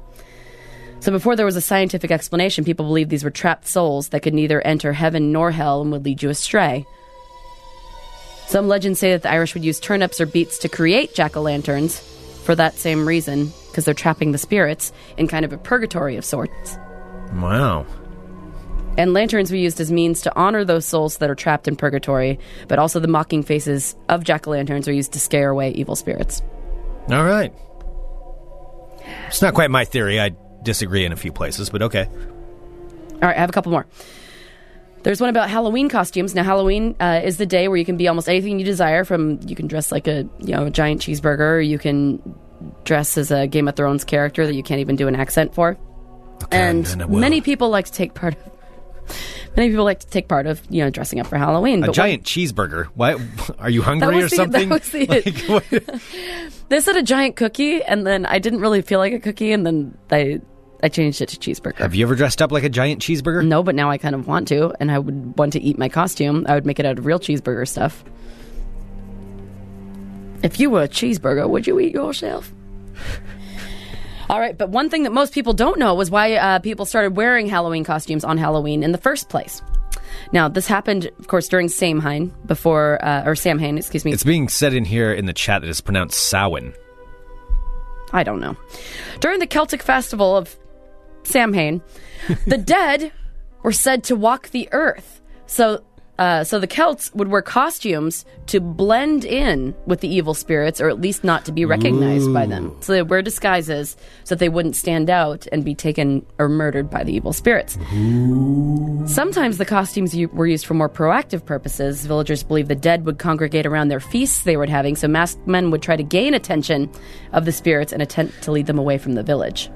[SPEAKER 1] So, before there was a scientific explanation, people believed these were trapped souls that could neither enter heaven nor hell and would lead you astray. Some legends say that the Irish would use turnips or beets to create jack o' lanterns for that same reason, because they're trapping the spirits in kind of a purgatory of sorts.
[SPEAKER 5] Wow.
[SPEAKER 1] And lanterns were used as means to honor those souls that are trapped in purgatory, but also the mocking faces of jack o' lanterns are used to scare away evil spirits.
[SPEAKER 5] All right. It's not quite my theory. I disagree in a few places, but okay.
[SPEAKER 1] All right, I have a couple more. There's one about Halloween costumes. Now, Halloween uh, is the day where you can be almost anything you desire. From you can dress like a you know a giant cheeseburger, or you can dress as a Game of Thrones character that you can't even do an accent for.
[SPEAKER 5] then I
[SPEAKER 1] and
[SPEAKER 5] will.
[SPEAKER 1] many people like to take part. of <laughs> Many people like to take part of you know dressing up for Halloween.
[SPEAKER 5] A
[SPEAKER 1] but
[SPEAKER 5] giant cheeseburger. What? <laughs> Are you hungry
[SPEAKER 1] was
[SPEAKER 5] or
[SPEAKER 1] the-
[SPEAKER 5] something?
[SPEAKER 1] that was the-
[SPEAKER 5] <laughs> Like, what-
[SPEAKER 1] They said a giant cookie, and then I didn't really feel like a cookie, and then I I changed it to cheeseburger.
[SPEAKER 5] Have you ever dressed up like a giant cheeseburger?
[SPEAKER 1] no, but now I kind of want to, and I would want to eat my costume. I would make it out of real cheeseburger stuff. If you were a cheeseburger, would you eat yourself? <laughs> All right, but one thing that most people don't know was why uh, people started wearing Halloween costumes on Halloween in the first place. Now, this happened, of course, during Samhain before, uh, or Samhain, excuse me.
[SPEAKER 5] It's being said in here in the chat that it's pronounced Samhain.
[SPEAKER 1] I don't know. During the Celtic festival of Samhain, the dead were said to walk the earth. So, uh, so the Celts would wear costumes to blend in with the evil spirits, or at least not to be recognized by them. So they wear disguises so that they wouldn't stand out and be taken or murdered by the evil spirits. Sometimes the costumes u- were used for more proactive purposes. Villagers believed the dead would congregate around their feasts they were having, so masked men would try to gain attention of the spirits and attempt to lead them away from the village.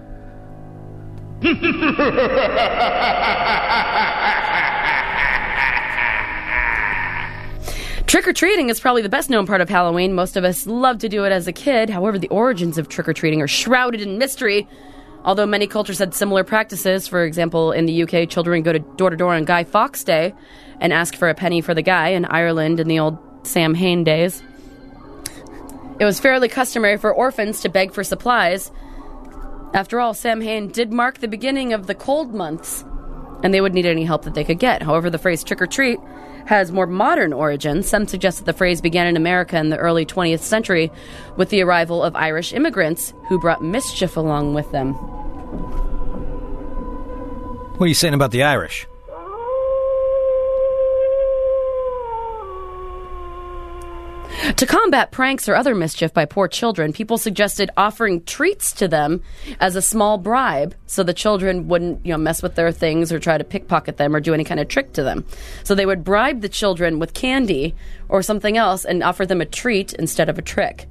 [SPEAKER 1] Trick or treating is probably the best known part of Halloween. Most of us love to do it as a kid. However, the origins of trick or treating are shrouded in mystery. Although many cultures had similar practices, for example, in the UK, children go to door to door on Guy Fawkes Day and ask for a penny for the guy. In Ireland, in the old Sam Hain days, it was fairly customary for orphans to beg for supplies. After all, Samhain did mark the beginning of the cold months, and they would need any help that they could get. However, the phrase trick or treat has more modern origins. Some suggest that the phrase began in America in the early 20th century with the arrival of Irish immigrants who brought mischief along with them.
[SPEAKER 5] What are you saying about the Irish?
[SPEAKER 1] To combat pranks or other mischief by poor children, people suggested offering treats to them as a small bribe so the children wouldn't, you know, mess with their things or try to pickpocket them or do any kind of trick to them. So they would bribe the children with candy or something else and offer them a treat instead of a trick.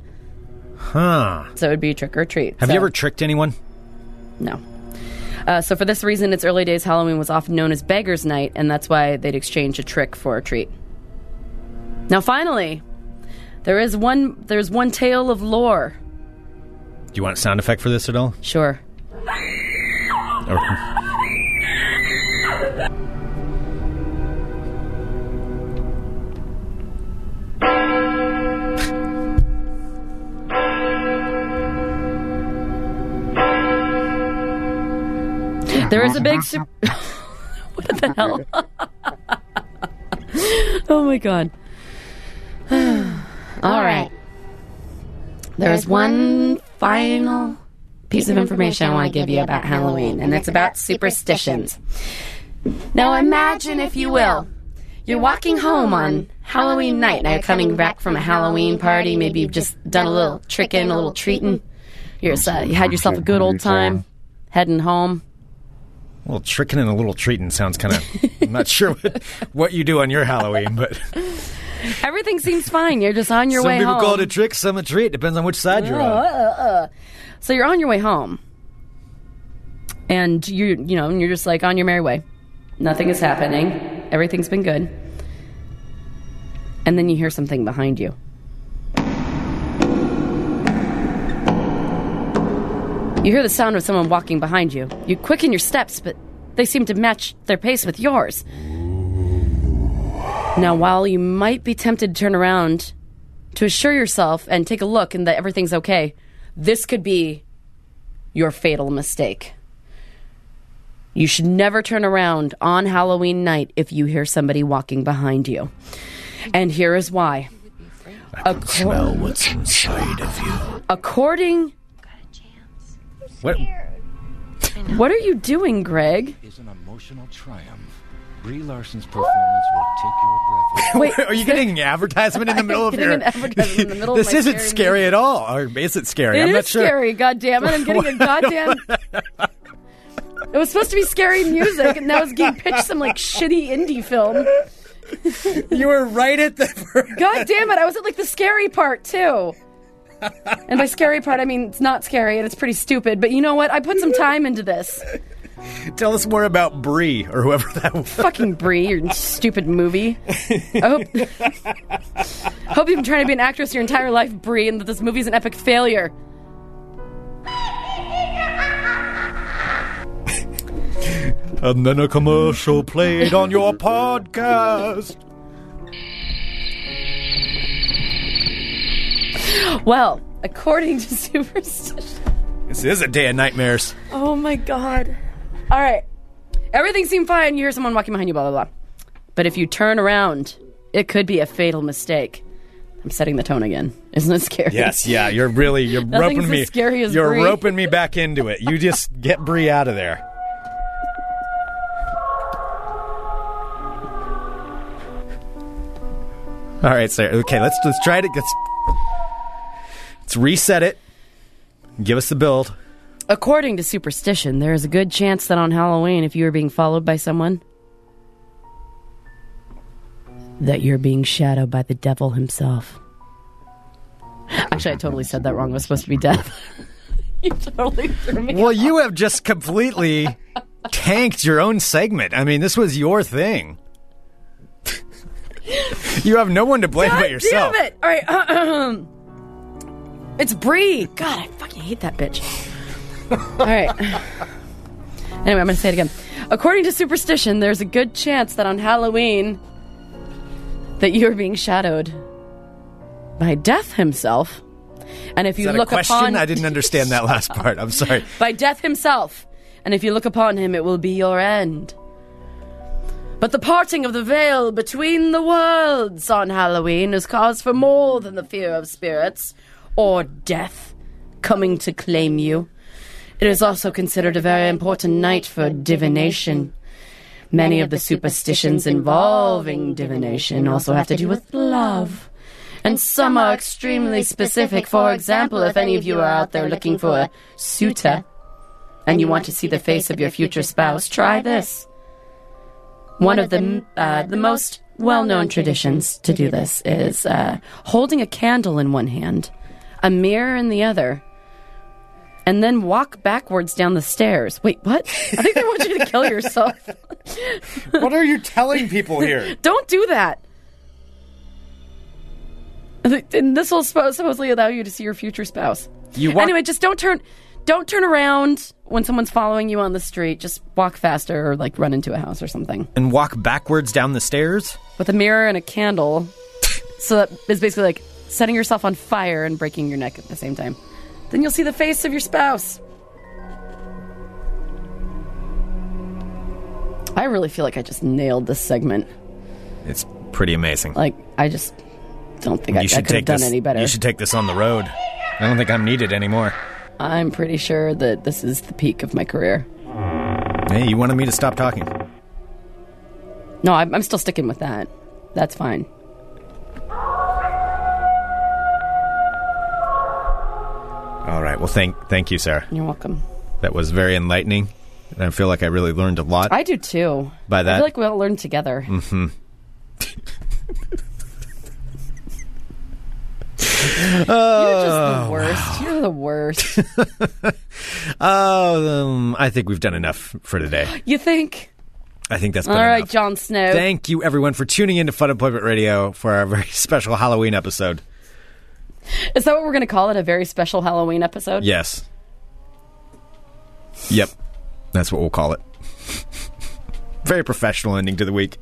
[SPEAKER 5] Huh.
[SPEAKER 1] So it would be trick or treat.
[SPEAKER 5] Have
[SPEAKER 1] So-
[SPEAKER 5] you ever tricked anyone?
[SPEAKER 1] No. Uh, so for this reason, its early days, Halloween was often known as Beggar's Night, and that's why they'd exchange a trick for a treat. Now, finally, there is one. There's one tale of lore.
[SPEAKER 5] Do you want a sound effect for this at all?
[SPEAKER 1] Sure.
[SPEAKER 5] Or-
[SPEAKER 1] There is a big. Su- <laughs> what the hell? <laughs> oh my god. <sighs> All right. There's one final piece of information I want to give you about Halloween, and it's about superstitions. Now imagine, if you will, you're walking home on Halloween night. Now you're coming back from a Halloween party. Maybe you've just done a little tricking, a little treating. You're, uh, you had yourself a good old time heading home.
[SPEAKER 5] a little tricking and a little treating sounds kind of. I'm not
[SPEAKER 1] <laughs>
[SPEAKER 5] sure what, what you do on your Halloween, but
[SPEAKER 1] Everything seems fine. You're just on your
[SPEAKER 5] some
[SPEAKER 1] way
[SPEAKER 5] people
[SPEAKER 1] home. Oh,
[SPEAKER 5] call it a trick, some a treat. Depends on which side you're on.
[SPEAKER 1] so you're on your way home, and you you know and you're just like on your merry way. Nothing is happening. Everything's been good. And then you hear something behind you. You hear the sound of someone walking behind you. You quicken your steps, but they seem to match their pace with yours. Now, while you might be tempted to turn around to assure yourself and take a look and that everything's okay, this could be your fatal mistake. You should never turn around on Halloween night if you hear somebody walking behind you. And here is why. Acco-
[SPEAKER 8] Smell what's inside of you.
[SPEAKER 1] according
[SPEAKER 5] What?
[SPEAKER 1] what are you doing, Greg?
[SPEAKER 9] Is an emotional triumph. Brie Larson's performance will take your breath away.
[SPEAKER 1] Wait,
[SPEAKER 5] <laughs> Are
[SPEAKER 1] <laughs>
[SPEAKER 5] you getting an advertisement in the middle of
[SPEAKER 1] getting
[SPEAKER 5] your?
[SPEAKER 1] an advertisement in the
[SPEAKER 5] <laughs>
[SPEAKER 1] middle of
[SPEAKER 5] this
[SPEAKER 1] my
[SPEAKER 5] isn't
[SPEAKER 1] scary
[SPEAKER 5] scary
[SPEAKER 1] movie.
[SPEAKER 5] at all. Or is it scary?
[SPEAKER 1] It
[SPEAKER 5] I'm
[SPEAKER 1] is
[SPEAKER 5] not sure.
[SPEAKER 1] scary, God damn it! I'm
[SPEAKER 5] <laughs>
[SPEAKER 1] getting a goddamn. it was supposed to be scary music, and now it's getting pitched some like shitty indie film.
[SPEAKER 5] You were right at the. <laughs>
[SPEAKER 1] God damn it! I was at like the scary part too. And by scary part, I mean it's not scary and it's pretty stupid. But you know what? I put some time into this.
[SPEAKER 5] Tell us more about Brie or whoever that was.
[SPEAKER 1] Fucking Brie, your stupid movie. I hope, hope <laughs> you've been trying to be an actress your entire life, Brie, and that this movie's an epic failure.
[SPEAKER 5] And then a commercial played on <laughs> your podcast.
[SPEAKER 1] Well, according to <laughs> superstition.
[SPEAKER 5] This is a day of nightmares.
[SPEAKER 1] Oh my god. All right. Everything seemed fine. You hear someone walking behind you, blah, blah, blah. But if you turn around, it could be a fatal mistake. I'm setting the tone again. Isn't it scary?
[SPEAKER 5] Yes, yeah, you're really you're
[SPEAKER 1] Nothing's
[SPEAKER 5] roping
[SPEAKER 1] as
[SPEAKER 5] me.
[SPEAKER 1] scary as
[SPEAKER 5] you're
[SPEAKER 1] Brie.
[SPEAKER 5] roping me back into it. You just get Brie out of there. All right, sir. Okay, let's let's try to let's, let's reset it. Give us the build.
[SPEAKER 1] According to superstition, there is a good chance that on Halloween, if you are being followed by someone, that you're being shadowed by the devil himself. Actually, I totally said that wrong. It was supposed to be death. you totally threw me.
[SPEAKER 5] Well, you have just completely tanked your own segment. I mean, this was your thing. You have no one to blame but
[SPEAKER 1] God
[SPEAKER 5] yourself.
[SPEAKER 1] Damn it! All right. it's Bree. God, I fucking hate that bitch. All right. <laughs> Anyway, I'm going to say it again. According to superstition, there's a good chance that on Halloween that you are being shadowed by death himself. And if you
[SPEAKER 5] Is that
[SPEAKER 1] look
[SPEAKER 5] a question?
[SPEAKER 1] upon
[SPEAKER 5] I didn't understand that <laughs> last part. I'm sorry.
[SPEAKER 1] by death himself, and if you look upon him, it will be your end. But the parting of the veil between the worlds on Halloween is cause for more than the fear of spirits or death coming to claim you. It is also considered a very important night for divination. Many of the superstitions involving divination also have to do with love. And some are extremely specific. For example, if any of you are out there looking for a suitor and you want to see the face of your future spouse, try this. One of the, uh, the most well known traditions to do this is uh, holding a candle in one hand, a mirror in the other, and then walk backwards down the stairs. Wait, what? I think they want you to kill yourself.
[SPEAKER 5] what are you telling people here?
[SPEAKER 1] Don't do that. And this will spo- supposedly allow you to see your future spouse.
[SPEAKER 5] You walk-
[SPEAKER 1] Anyway, just don't turn, don't turn around when someone's following you on the street. Just walk faster or like run into a house or something
[SPEAKER 5] and walk backwards down the stairs.
[SPEAKER 1] with a mirror and a candle. so that is basically like setting yourself on fire and breaking your neck at the same time. Then you'll see the face of your spouse. I really feel like I just nailed this segment.
[SPEAKER 5] It's pretty amazing.
[SPEAKER 1] Like I just don't think I, I could have done
[SPEAKER 5] this.
[SPEAKER 1] any better.
[SPEAKER 5] You should take this on the road. I don't think I'm needed anymore.
[SPEAKER 1] I'm pretty sure that this is the peak of my career.
[SPEAKER 5] Hey, you wanted me to stop talking.
[SPEAKER 1] No, I'm, I'm still sticking with that. That's fine.
[SPEAKER 5] All right. Well, thank thank you, Sarah.
[SPEAKER 1] You're welcome.
[SPEAKER 5] That was very enlightening, and I feel like I really learned a lot.
[SPEAKER 1] I do too.
[SPEAKER 5] By
[SPEAKER 1] I
[SPEAKER 5] that-
[SPEAKER 1] feel like we all learn together.
[SPEAKER 5] mm-hmm.
[SPEAKER 1] <laughs> You're just the worst. You're the worst.
[SPEAKER 5] <laughs> Oh, um, I think we've done enough for today.
[SPEAKER 1] You think?
[SPEAKER 5] I think that's been
[SPEAKER 1] All right,
[SPEAKER 5] enough.
[SPEAKER 1] Jon Snow.
[SPEAKER 5] Thank you, everyone, for tuning in to Fun Employment Radio for our very <laughs> special Halloween episode.
[SPEAKER 1] Is that what we're going to call it? A very special Halloween episode?
[SPEAKER 5] Yes. Yep. That's what we'll call it. very professional ending to the week.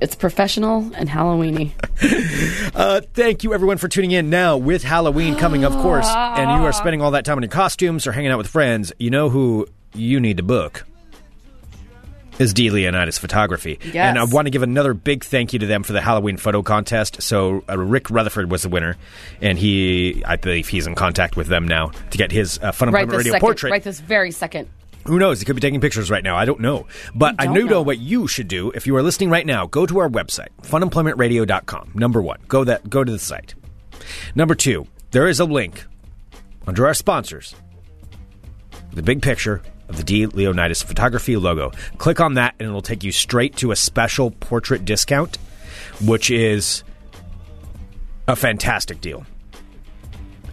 [SPEAKER 1] It's professional and Halloweeny.
[SPEAKER 5] Uh, thank you, everyone, for tuning in. Now, with Halloween coming, of course, and
[SPEAKER 1] Ah.
[SPEAKER 5] you are spending all that time in your costumes or hanging out with friends, you know who you need to book is D. Leonidas Photography.
[SPEAKER 1] Yes.
[SPEAKER 5] And I want to give another big thank you to them for the Halloween photo contest. So, uh, Rick Rutherford was the winner, and he, I believe, he's in contact with them now to get his uh, Fun
[SPEAKER 1] Right
[SPEAKER 5] Employment
[SPEAKER 1] this
[SPEAKER 5] Radio
[SPEAKER 1] second.
[SPEAKER 5] portrait.
[SPEAKER 1] Right this very second.
[SPEAKER 5] Who knows? He could be taking pictures right now. I don't know. But
[SPEAKER 1] You
[SPEAKER 5] I
[SPEAKER 1] don't
[SPEAKER 5] do know.
[SPEAKER 1] know.
[SPEAKER 5] what you should do. If you are listening right now, go to our website, funemploymentradio.com. Number one, go that go to the site. Number two, there is a link under our sponsors. The big picture of the D. Leonidas photography logo. Click on that and it'll take you straight to a special portrait discount, which is a fantastic deal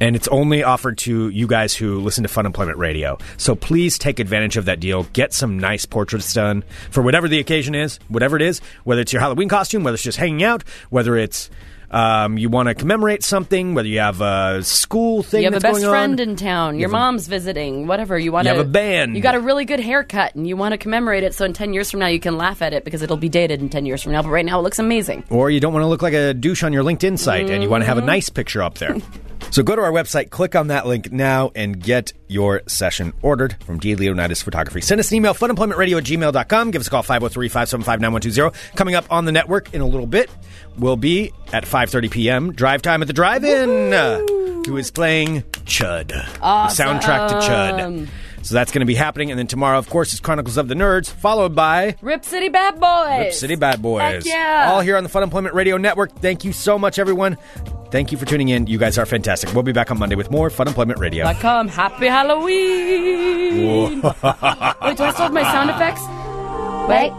[SPEAKER 5] and it's only offered to you guys who listen to Fun Employment Radio. So please take advantage of that deal. Get some nice portraits done for whatever the occasion is, whatever it is, whether it's your Halloween costume, whether it's just hanging out, whether it's um, you want to commemorate something, whether you have a school thing
[SPEAKER 1] You have a
[SPEAKER 5] that's
[SPEAKER 1] best
[SPEAKER 5] going
[SPEAKER 1] friend
[SPEAKER 5] on.
[SPEAKER 1] in town. Your mom's visiting. Whatever you want.
[SPEAKER 5] You have a band.
[SPEAKER 1] You got a really good haircut, and you want to commemorate it. So in ten years from now, you can laugh at it because it'll be dated in ten years from now. But right now, it looks amazing.
[SPEAKER 5] or you don't want to look like a douche on your LinkedIn site and you want to have a nice picture up there. <laughs> so go to our website, click on that link now, and get your session ordered from D. Leonidas Photography. Send us an email, funemploymentradio at gmail.com. Give us a call, 503 575 9120. Coming up on the network in a little bit will be at 5.30 p.m., Drive Time at the Drive-In, uh, who is playing Chud, the soundtrack to Chud. So that's going to be happening. And then tomorrow, of course, is Chronicles of the Nerds, followed by...
[SPEAKER 1] Rip City Bad Boys.
[SPEAKER 5] Rip City Bad
[SPEAKER 1] Heck
[SPEAKER 5] Boys.
[SPEAKER 1] yeah.
[SPEAKER 5] All here on the Fun Employment Radio Network. Thank you so much, everyone. Thank you for tuning in. You guys are fantastic. We'll be back on Monday with more Fun Employment Radio.
[SPEAKER 1] Dot com. Happy Halloween. Wait, do I still have my sound effects? Wait.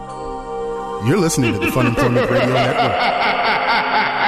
[SPEAKER 2] You're listening to the Fun Employment Radio Network.